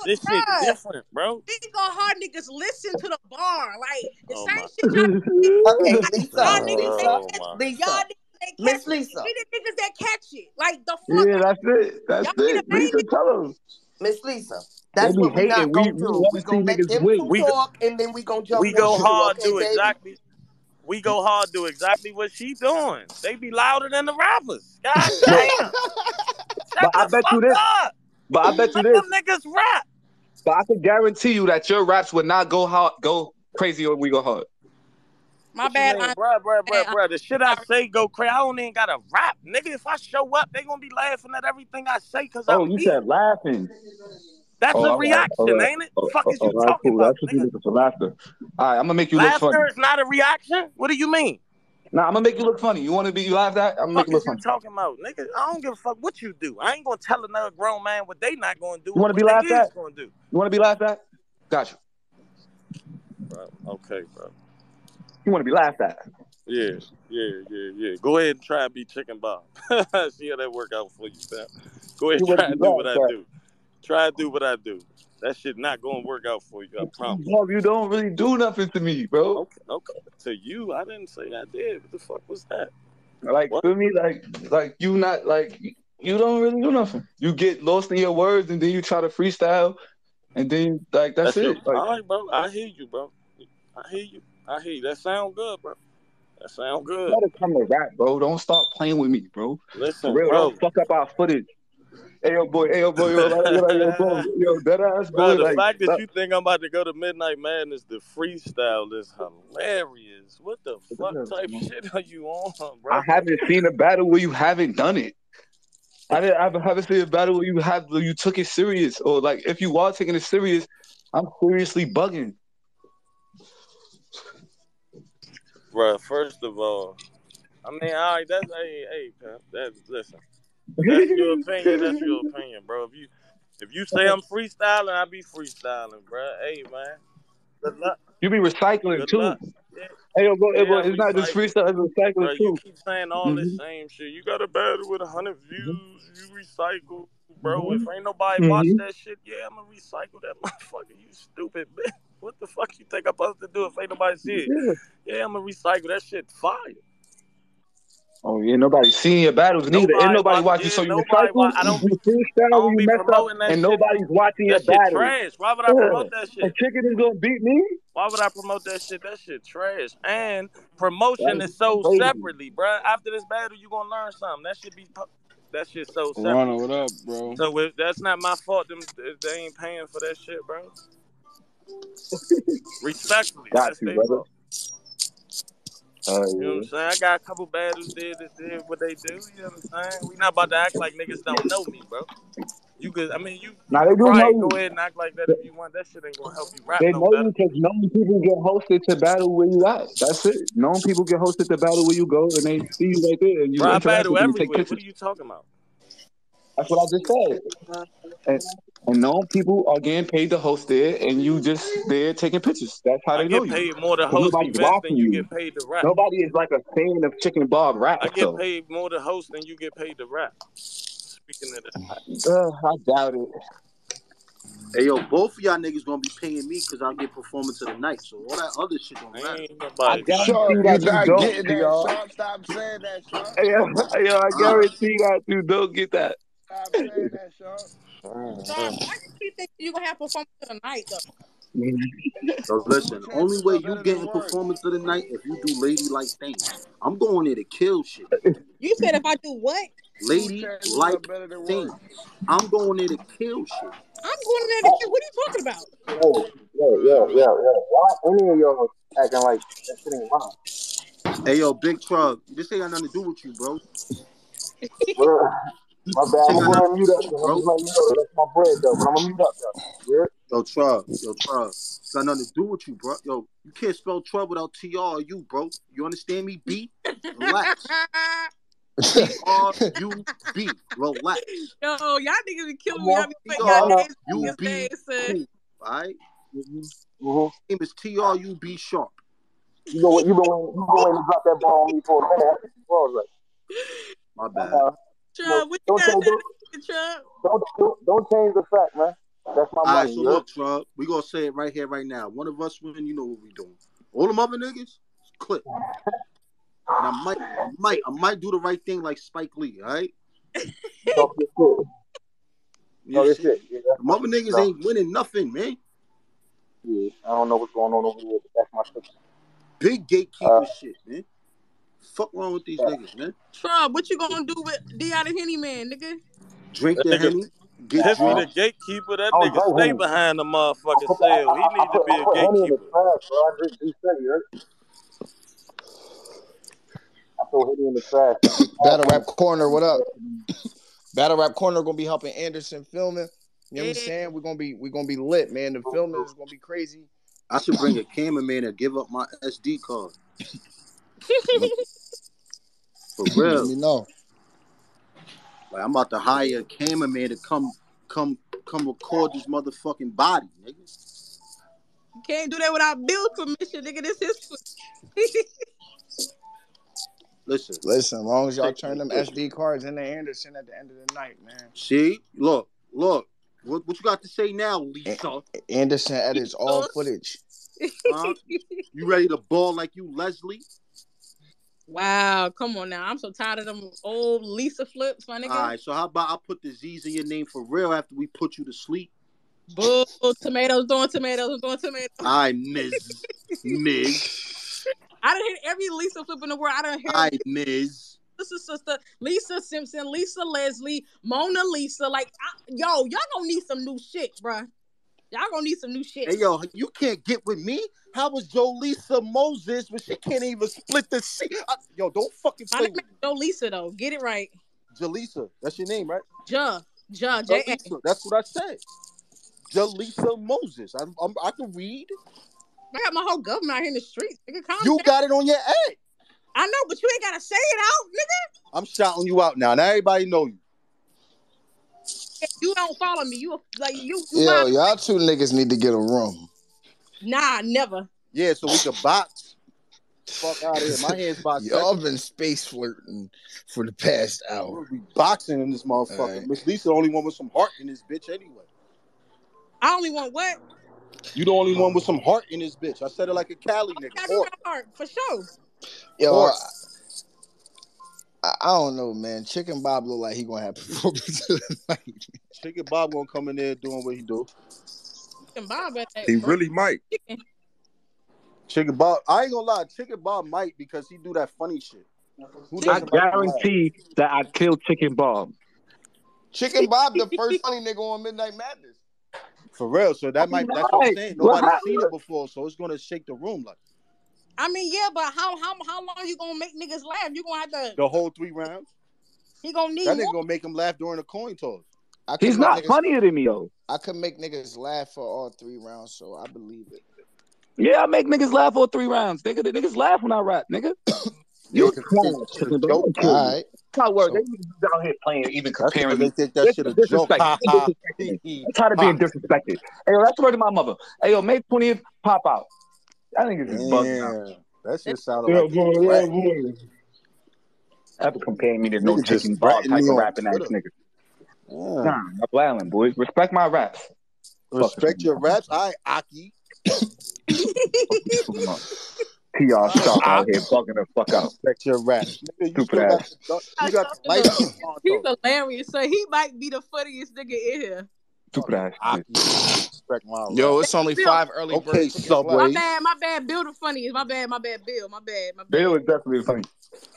this shit
Bruh,
different, bro.
these go hard niggas listen to the bar. Like the
Oh
same
my
shit y'all
Okay,
like
Lisa,
y'all niggas they
Lisa,
Oh
catch
my
y'all niggas they catch
Lisa, Miss
it.
Lisa,
We the niggas that catch it. Like the fuck
Yeah, that's it. That's
y'all be the
it.
main
Lisa, tell them.
Miss Lisa.
They
That's
be
what we
hating.
not
We
gonna
we
do.
want
We
to see
gonna let
niggas
them
win.
two
We go,
talk, and then we gonna jump
we
in
go
too.
hard
Okay,
do
baby.
exactly we go hard do exactly what she doing. They be louder than the rappers. God
No,
damn. Shut
but I
the
bet you
fuck
this.
up.
But I bet you
Let
this.
them niggas rap.
But I can guarantee you that your raps would not go hard, go crazy when we go hard.
My
What you
bad,
mean,
I'm
bruh, bruh, bruh,
bad. I'm
bruh? The shit I
sorry.
say go crazy. I don't even gotta rap, nigga. If I show up, they gonna be laughing at everything I say because I'm
Oh, you
here.
said laughing.
That's
Oh,
a
all right, all
reaction,
right,
ain't it?
oh,
Fuck
oh,
is
all
you
right,
talking
cool.
about,
That's what you
nigga?
looking for, laughter. All right, I'm gonna make you look funny.
Laughter is not a reaction. What do you mean?
Nah, I'm gonna make you look funny. You want to be you laughed at? I'm gonna make
Fuck
you
is
look
you
funny.
talking about, nigga? I don't give a fuck what you do. I ain't gonna tell another grown man what they not gonna do
You
or
want to
what
be
they
laughed
is
at?
gonna do.
You want to be laughed at? Got you.
Bro, okay, bro.
You want to be laughed at?
Yeah, yeah, yeah, yeah. Go ahead and try and be chicken bob. See how that work out for you, fam. Go ahead
You
and
want to
try
be
and do what
laughed
I
at?
do. Try and do what I do. That shit not gonna work out for you. I promise.
Bob, you don't really do nothing to me, bro.
Okay, okay. To you, I didn't say I did. What the fuck was that?
Like
What?
feel me? Like like you not like you don't really do nothing. You get lost in your words and then you try to freestyle and then like that's
That's your.
it. Like
All right, bro. I hear you, bro. I hear you. I hear you. That sound good, bro. That sound good.
gotta come to rap, bro. Don't stop playing with me, bro. For
Listen,
real, don't
bro.
fuck up our footage. Hey yo, boy. Hey yo, boy. Yo, like, yo, like, yo bro. Yo, dead ass, boy.
Bro, the
Like,
fact that
stop.
you think I'm about to go to Midnight Madness to freestyle is hilarious. What the fuck type shit are you on,
I
brother?
haven't seen a battle where you haven't done it. I didn't. I haven't seen a battle where you have where you took it serious, or like if you are taking it serious, I'm seriously bugging.
Bro, first of all, I mean, all right, that's hey, hey, pimp. That's listen. That's your opinion. That's your opinion, bro. If you if you say I'm freestyling, I be freestyling, bro. Hey, man. Good luck.
you be recycling
Good
too.
luck. Yeah,
Hey, yo, bro, hey,
yeah,
bro,
I
it's not just
recycle.
freestyle; it's recycling
Bro, you
too.
keep saying all this
Mhm,
same shit. You got a battle with a hundred views. You recycle, bro. If
mhm,
ain't nobody watch
mhm.
that shit, yeah, I'ma recycle that motherfucker. You stupid bitch. What the fuck you think I'm supposed to do if ain't nobody see it?
Yeah.
Yeah, I'ma recycle that shit. Fire.
Oh yeah, nobody seeing your battles neither, and
Nobody
nobody
watch.
watching.
Yeah,
So you
nobody
recycle,
watch. I don't be.
you freestyle
I
when
don't
you
be
mess up,
promoting that
and
shit.
nobody's watching your
That shit
battles.
trash. Why would I
Yeah.
promote that
And
shit?
chicken is gonna beat me.
Why would I promote that shit? That shit trash. And
That's
promotion is sold
crazy.
separately, bruh. After this battle, you gonna learn something. That should be. pu- That shit sold separately.
Ronald, what up, bro?
So if, that's not my fault. Them if they ain't paying for that shit, bro. Respectfully,
Got
that's
you,
their
brother.
fault.
Oh
You know what I'm
yeah.
saying? I got a couple battles there that did what they do. You know what I'm saying? We not about to act like niggas don't know me, bro. You could, I mean, you you
Now they
could
do know
probably
you.
go ahead and act like that if you want. That shit ain't gonna help you rap
They
no
know
better.
you because known people get hosted to battle where you at. That's it. Known people get hosted to battle where you go, and they see you right there, and you
Bro, I
interact
battle
with them and take
everywhere. What
pictures.
are you talking about?
That's what I just said. And, and known people are getting paid to host there, and you just there taking pictures. That's how
I
they know
get
you
paid more to
because
host
nobody's
events than
watching
you
you.
get paid to rap.
Nobody is like a fan of Chicken Bob
I
rap
get
though.
paid more to host than you get paid to rap. Speaking of that,
Uh, I doubt it.
Hey yo, both of y'all niggas gonna be paying me because I'll be performing to the night. So all that other shit don't matter.
ain't
I
nobody paying.
guarantee
Sharp,
me.
you're
that you
not
don't,
getting that.
y'all.
Sharp, stop saying that, Sharp.
Hey, yo, hey, yo, I
Uh,
guarantee that you don't get that.
Stop saying that, Sharp.
Sharp, why you keep thinking you gonna have performance tonight though?
so
Two
listen, only
chances
way
are
you
better than
getting
one.
performance of the night if you do lady like things. I'm going there to kill shit.
You said if I do what?
Two
Lady
chances are
like
better than one.
things. I'm going there to kill shit.
I'm going in there to kill. What are you talking about?
Yo, yo, yo, yo, yo. Why any of y'all acting like that shit ain't mine?
Hey yo, big truck, this ain't got nothing to do with you, bro.
Bro, my bad.
This
I'm
ain't
gonna
got
go ahead
nothing
and
to
mute
do
up. Though. I'm just letting you know that that's my
with you, bro.
bread, though. But I'm gonna mute up, though. You heard?
Yo, Trub, yo, Trub. It's got nothing to do with you, bro. Yo, you can't spell Trub without T R U, bro. You understand me, B? Relax. B-R-U-B. Relax.
Yo, y'all niggas be killing me. Y'all be putting y'all
T-R-U-B.
names on his name, son.
All right? Name is T-R-U-B sharp.
Mm-hmm. You know what? You been waiting. You been waiting to drop that ball on me for a minute. I was like, uh-huh.
my bad.
Trump, what you
Don't
got down
change, don't,
there, Trump?
don't, don't, don't change the fact, man. That's my
All right,
money.
so
you heard?
look, Trump, we gonna say it right here, right now. One of us win, you know what we doing. All them other niggas, clip. And I might, I might, I might do the right thing like Spike Lee. All right.
Talk your shit.
You
that's
see, them other niggas
No.
ain't winning nothing, man.
Yeah, I don't know what's going on over here, but that's my shit. Uh,
Big gatekeeper shit, man. Fuck wrong with these niggas, man.
Trump, what you gonna do with Deanna Henny man, nigga?
Drink
That
the
nigga-
henny, get
Just be
drunk.
the gatekeeper. That
I don't
nigga
drink
stay
Henny.
behind the
I
motherfucking
put, I,
cell. He
I, I
need to
put,
be
I
a
put Henny in the
gatekeeper.
trash, bro. I drink G Steady, right? I throw Henny in the trash. I keep
Battle
passing
Rap
it.
Corner, what up? Battle Rap Corner gonna be helping Anderson filming. You know what I'm saying? We're gonna be we're gonna be lit, man. The filming is gonna be crazy.
I should bring a cameraman and give up my SD card. For
Let
real.
me know.
Like I'm about to hire a cameraman to come come come record this motherfucking body, nigga.
You can't do that without Bill's permission, nigga. This is
Listen.
Listen, as long as y'all
Take
turn them
this.
SD cards into Anderson at the end of the night, man.
See? Look, look. What what you got to say now, Lisa?
Anderson edits all footage.
Huh? You ready to ball like you Leslie?
wow, come on now. I'm so tired of them old Lisa flips, my nigga.
Alright, so how about I put the Z's in your name for real after we put you to sleep?
Boo, tomatoes doing tomatoes doing tomatoes.
I Ms. Ms.
I done hit every Lisa flip in the world. I done hear
I Ms.
Sister Sister, Lisa Simpson, Lisa Leslie, Mona Lisa. Like, I, yo, y'all gonna need some new shit, bruh. Y'all gonna need some new shit.
Hey yo, you can't get with me. How was Jolisa Moses when she can't even split the C? I- yo, don't fucking
My
play
name
with
is Joe Lisa though. Get it right.
me. Jolisa, that's your name, right?
Ja, Ja, J A.
Jolisa, that's what I said. Jolisa Moses. I, I'm, I can read.
I got my whole government out here in the streets. Nigga, calm
You
down.
got it on your ad.
I know, but you ain't gotta say it out, nigga.
I'm shouting you out now. Now everybody know you.
You don't follow me. You a- like you you
Yo,
mind?
y'all two niggas need to get a room.
Nah, never.
Yeah, so we can box. Fuck out of here. My hands
y'all
bisexual.
been space flirting for the past hour.
We boxing in this
All
motherfucker.
right.
Miss Lisa the only one with some heart in this bitch anyway.
I only want what?
You the only one with some heart in this bitch. I said it like a Cali nigga.
I do
Heart.
got heart for sure.
Yo, I,
Heart.
I, I don't know, man. Chicken Bob look like he gonna have performance of the night.
Chicken Bob gonna come in there doing what he do.
Chicken Bob at
uh,
that
He
fried
really might.
chicken.
Chicken Bob. I ain't gonna lie. Chicken Bob might because he do that funny shit. Who
I
doesn't like to laugh?
guarantee that um, I kill Chicken Bob.
Chicken Bob, the first funny nigga on Midnight Madness.
For real. So that might. That's what I'm
Right.
saying.
What
Nobody's seen it
happened?
before, so it's gonna shake the room like
I mean, yeah, but how how how long you gonna make niggas laugh? You gonna have to.
the whole three rounds.
He gonna need
That
more.
nigga gonna make him laugh during the coin toss.
I could
He's
make
not
niggas
funnier than me though.
I could make niggas laugh for all three rounds, so I believe it.
Yeah, I make niggas laugh all three rounds. Nigga, the niggas laugh when I rap, nigga.
Yeah,
You
because they
a clown,
think that shit a
Chicken Bob. I'm
joke.
gonna kill you.
Alright.
That's how it works. They
So
niggas out here playing, even
That's
comparing
because
me.
they think that
This
shit
is
a joke.
disrespect.
Ha
This is
ha.
disrespecting
Hee
me.
hee.
I'm tired of being
Ha.
disrespected. Hey, yo, that's the word to my mother. Hey, yo, May 20th, pop out. That niggas is bugging out.
Damn. That shit sounded
Yo,
like a
boy,
threat.
yo, boy.
Ever comparing me to no
Niggas just
Chicken Bob
threatened
type
me
of
on
rapping ass
Twitter.
nigga. Nah,
Damn.
I'm wildin', boys. Respect my raps. Fuck is
Respect your raps. All right, Aki.
going on? TR
All right,
Sharp out here
Aki.
bugging the fuck out.
Respect your raps. Nigga, you
Stupid
still got
ass.
the,
I
you got the
told you,
license on
He's
though.
hilarious. So he might be the funniest nigga in here.
Stupid
Fucking
ass shit.
Aki. Respect my
yo,
raps.
it's only
Bill,
five early bird
Okay,
tickets left.
my
Subway.
bad, my bad. Bill the funniest. My bad, my bad. Bill, my bad, my
Bill
bad,
is definitely funny.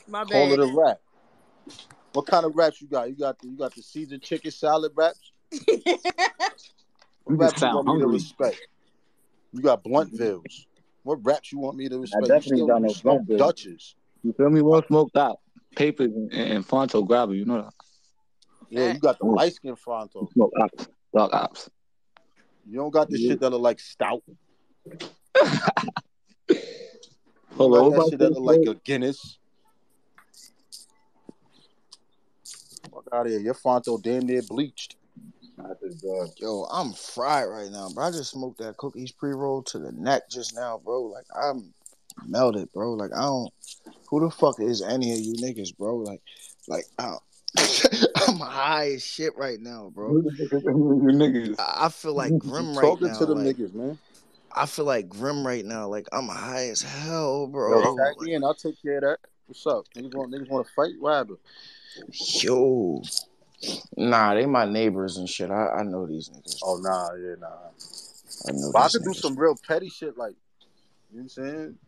my
Call
bad.
it a rap. What kind of raps you got? You got the you got the Caesar chicken salad raps.
You
What
just
raps you
sound
want me to
hungry.
respect? You got Bluntvilles. What raps you want me to
I
respect? You
definitely
still
got
you
no
smoke
blunt bills.
Dutches.
You feel me? Well smoked out. Papers and, and, and Fonto Grabber, you know that.
Yeah, you
Fact.
got the
Oh,
light skin Fronto.
smoke ops. Dog ops.
You don't got the shit that look like stout. You
Hold
got
on,
that
what
shit that
about
look
this?
like a Guinness. out of here. Your Fonto damn near bleached.
Yo, I'm fried right now, bro. I just smoked that cookies pre roll to the neck just now, bro. Like I'm melted, bro. Like I don't. Who the fuck is any of you niggas, bro? Like, like I, I'm high as shit right now, bro.
you niggas.
I I feel like grim right
Talking
now.
to them
like,
niggas, man.
I feel like grim right now. Like I'm high as
Yo,
hell, bro.
tag me in. I'll take care of that. What's up? Niggas want niggas want to fight? What happened?
Yo, nah, they my neighbors and shit. I, I know these niggas.
Oh nah, yeah, nah.
I know
But I
these
could do
niggas.
some real petty shit, like you know what I'm saying.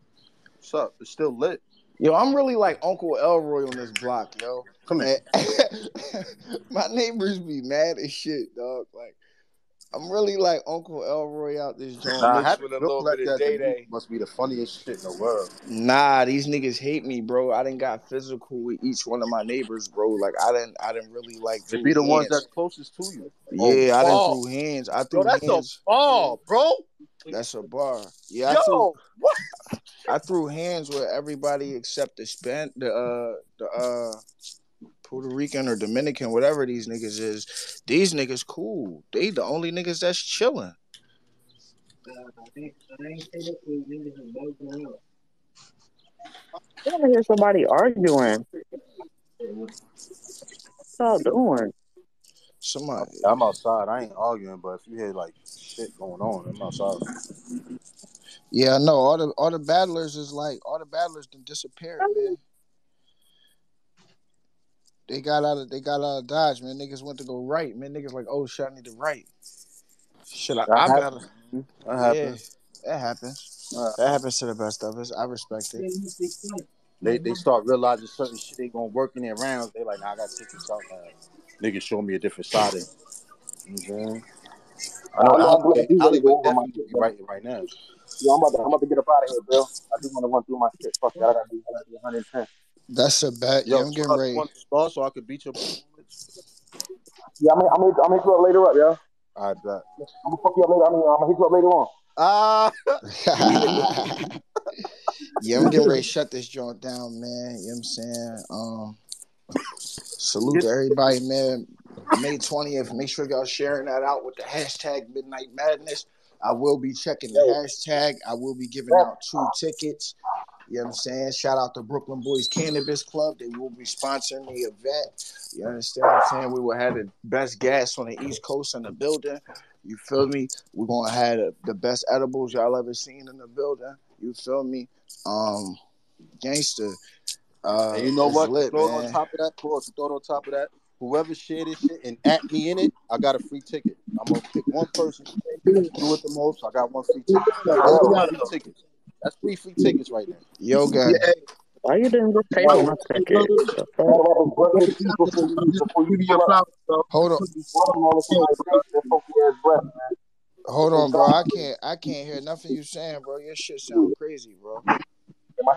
What's up? It's still lit.
Yo, I'm really like Uncle Elroy on this block, yo.
Come here.
My neighbors be mad as shit, dog. Like, I'm really like Uncle Elroy out this joint.
Nah,
Niggas-
having a little like that to me must be the funniest shit in the world.
Nah, these niggas hate me, bro. I didn't got physical with each one of my neighbors, bro. Like I didn't, I didn't really like
It
threw
be the
hands.
ones that's closest to you.
yeah, I didn't
ball.
threw hands. I
Yo,
threw
Oh, that's a
hands.
ball, bro.
That's a bar. Yeah, I threw,
Yo, what?
I threw hands with everybody except the span, the uh, the uh, Puerto Rican or Dominican, whatever these niggas is. These niggas cool. They the only niggas that's chilling.
I want to hear somebody arguing. What's y'all doing?
Somebody.
I'm outside. I ain't arguing, but if you hear like shit going on, I'm outside.
Yeah, I know. All the all the battlers is like all the battlers done disappeared,
Mm-hmm.
man. They got out of they got out of Dodge, man. Niggas went to go right, man. Niggas like, oh shit, I need to right. Shit, I,
That
I
happens.
gotta.
That
Yeah,
happens.
that happens.
Uh,
That happens to the best of us. I respect it.
they they start realizing certain shit ain't gonna work in their rounds. They like, nah, I gotta take this out. Now. Nigga, show me a different side. Of it. You know what I'm saying? I know
I'm not
Alleyway,
glad you ready to
Alleyway
go over my
definitely
shit,
be
bro.
writing right now.
Yeah, I'm about to, I'm about to get up out of here, bro. I just want to run through my shit. Fuck it, I gotta do I gotta do 110.
That's a bet. Yeah,
Yo,
I'm getting
Swell, you
ready.
want to start so I could beat your performance?
Yeah, I'm I'm I'm hit you up later up, yo.
I bet.
I'm gonna fuck you up later. I mean, I'm gonna hit you up later on.
Ah,
yeah, I'm getting ready to shut this joint down, man. You know what I'm saying? Um, salute to everybody, man. May 20th. Make sure y'all sharing that out with the hashtag Midnight Madness. I will be checking the hashtag. I will be giving out two tickets. You know what I'm saying? Shout out to Brooklyn Boys Cannabis Club. They will be sponsoring the event. You understand what I'm saying? We will have the best gas on the East Coast in the building. You feel me? We're gonna have the- the best edibles y'all ever seen in the building. You feel me? Um, gangster. Uh,
and you know
it's
what? To
lit,
throw it on
man.
top of that, pause. To throw it on top of that, whoever shared this shit and at me in it, I got a free ticket. I'm gonna pick one person. Do it the most. I got one free ticket. That's three free tickets. That's three free tickets right now.
Yo, gang.
Why you didn't just pay for my ticket? The fuck?
Give me your flowers, bro.
Hold on, hold on, bro. I can't, I can't hear nothing you saying, bro. Your shit sound crazy, bro.
My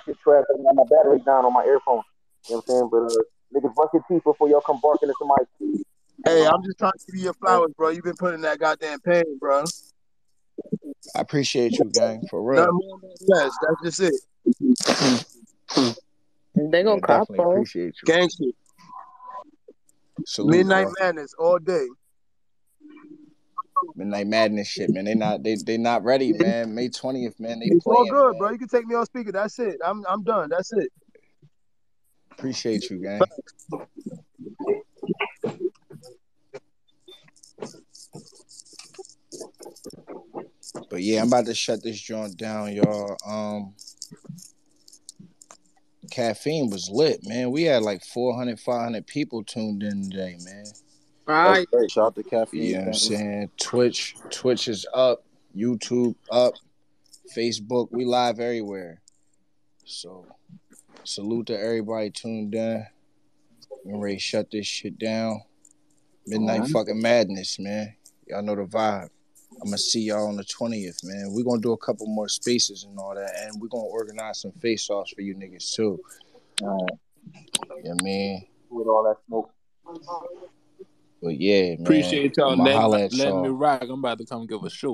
shit trash. I got my battery down on my earphone. You know what I'm saying? But uh, niggas, bust your teeth before y'all come barking at somebody.
Hey, I'm just trying to give you your flowers, bro. You've been putting that goddamn pain, bro.
I appreciate you, gang, for
Nothing
real.
more, nothing less. That's just it.
They
Yeah,
gonna cop
definitely
on.
appreciate you.
Gangster.
Salute,
Midnight
bro.
Madness all day.
Midnight Madness shit, man. They not, they, they not ready, man. May twentieth, man. They
It's all
playing,
good,
man.
bro. You can take me on speaker. That's it. I'm I'm done. That's it.
Appreciate you, gang. But yeah, I'm about to shut this joint down, y'all. Um, caffeine was lit, man. We had like 400, 500 people tuned in today, man.
That's
Right.
great. Shout out to
You
Caffeine
know what I'm
family.
saying? Twitch, Twitch is up, YouTube up, Facebook, we live everywhere. So salute to everybody tuned in. I'm ready to shut this shit down. Midnight fucking madness, man. Y'all know the vibe. I'm gonna see y'all on the 20th, man. We're gonna do a couple more spaces and all that, and we're gonna organize some face offs for you niggas too. You know what I mean?
With all that smoke.
But yeah, man,
Appreciate y'all
I'ma
letting
holla at
letting me
y'all.
rock. I'm about to come give a show.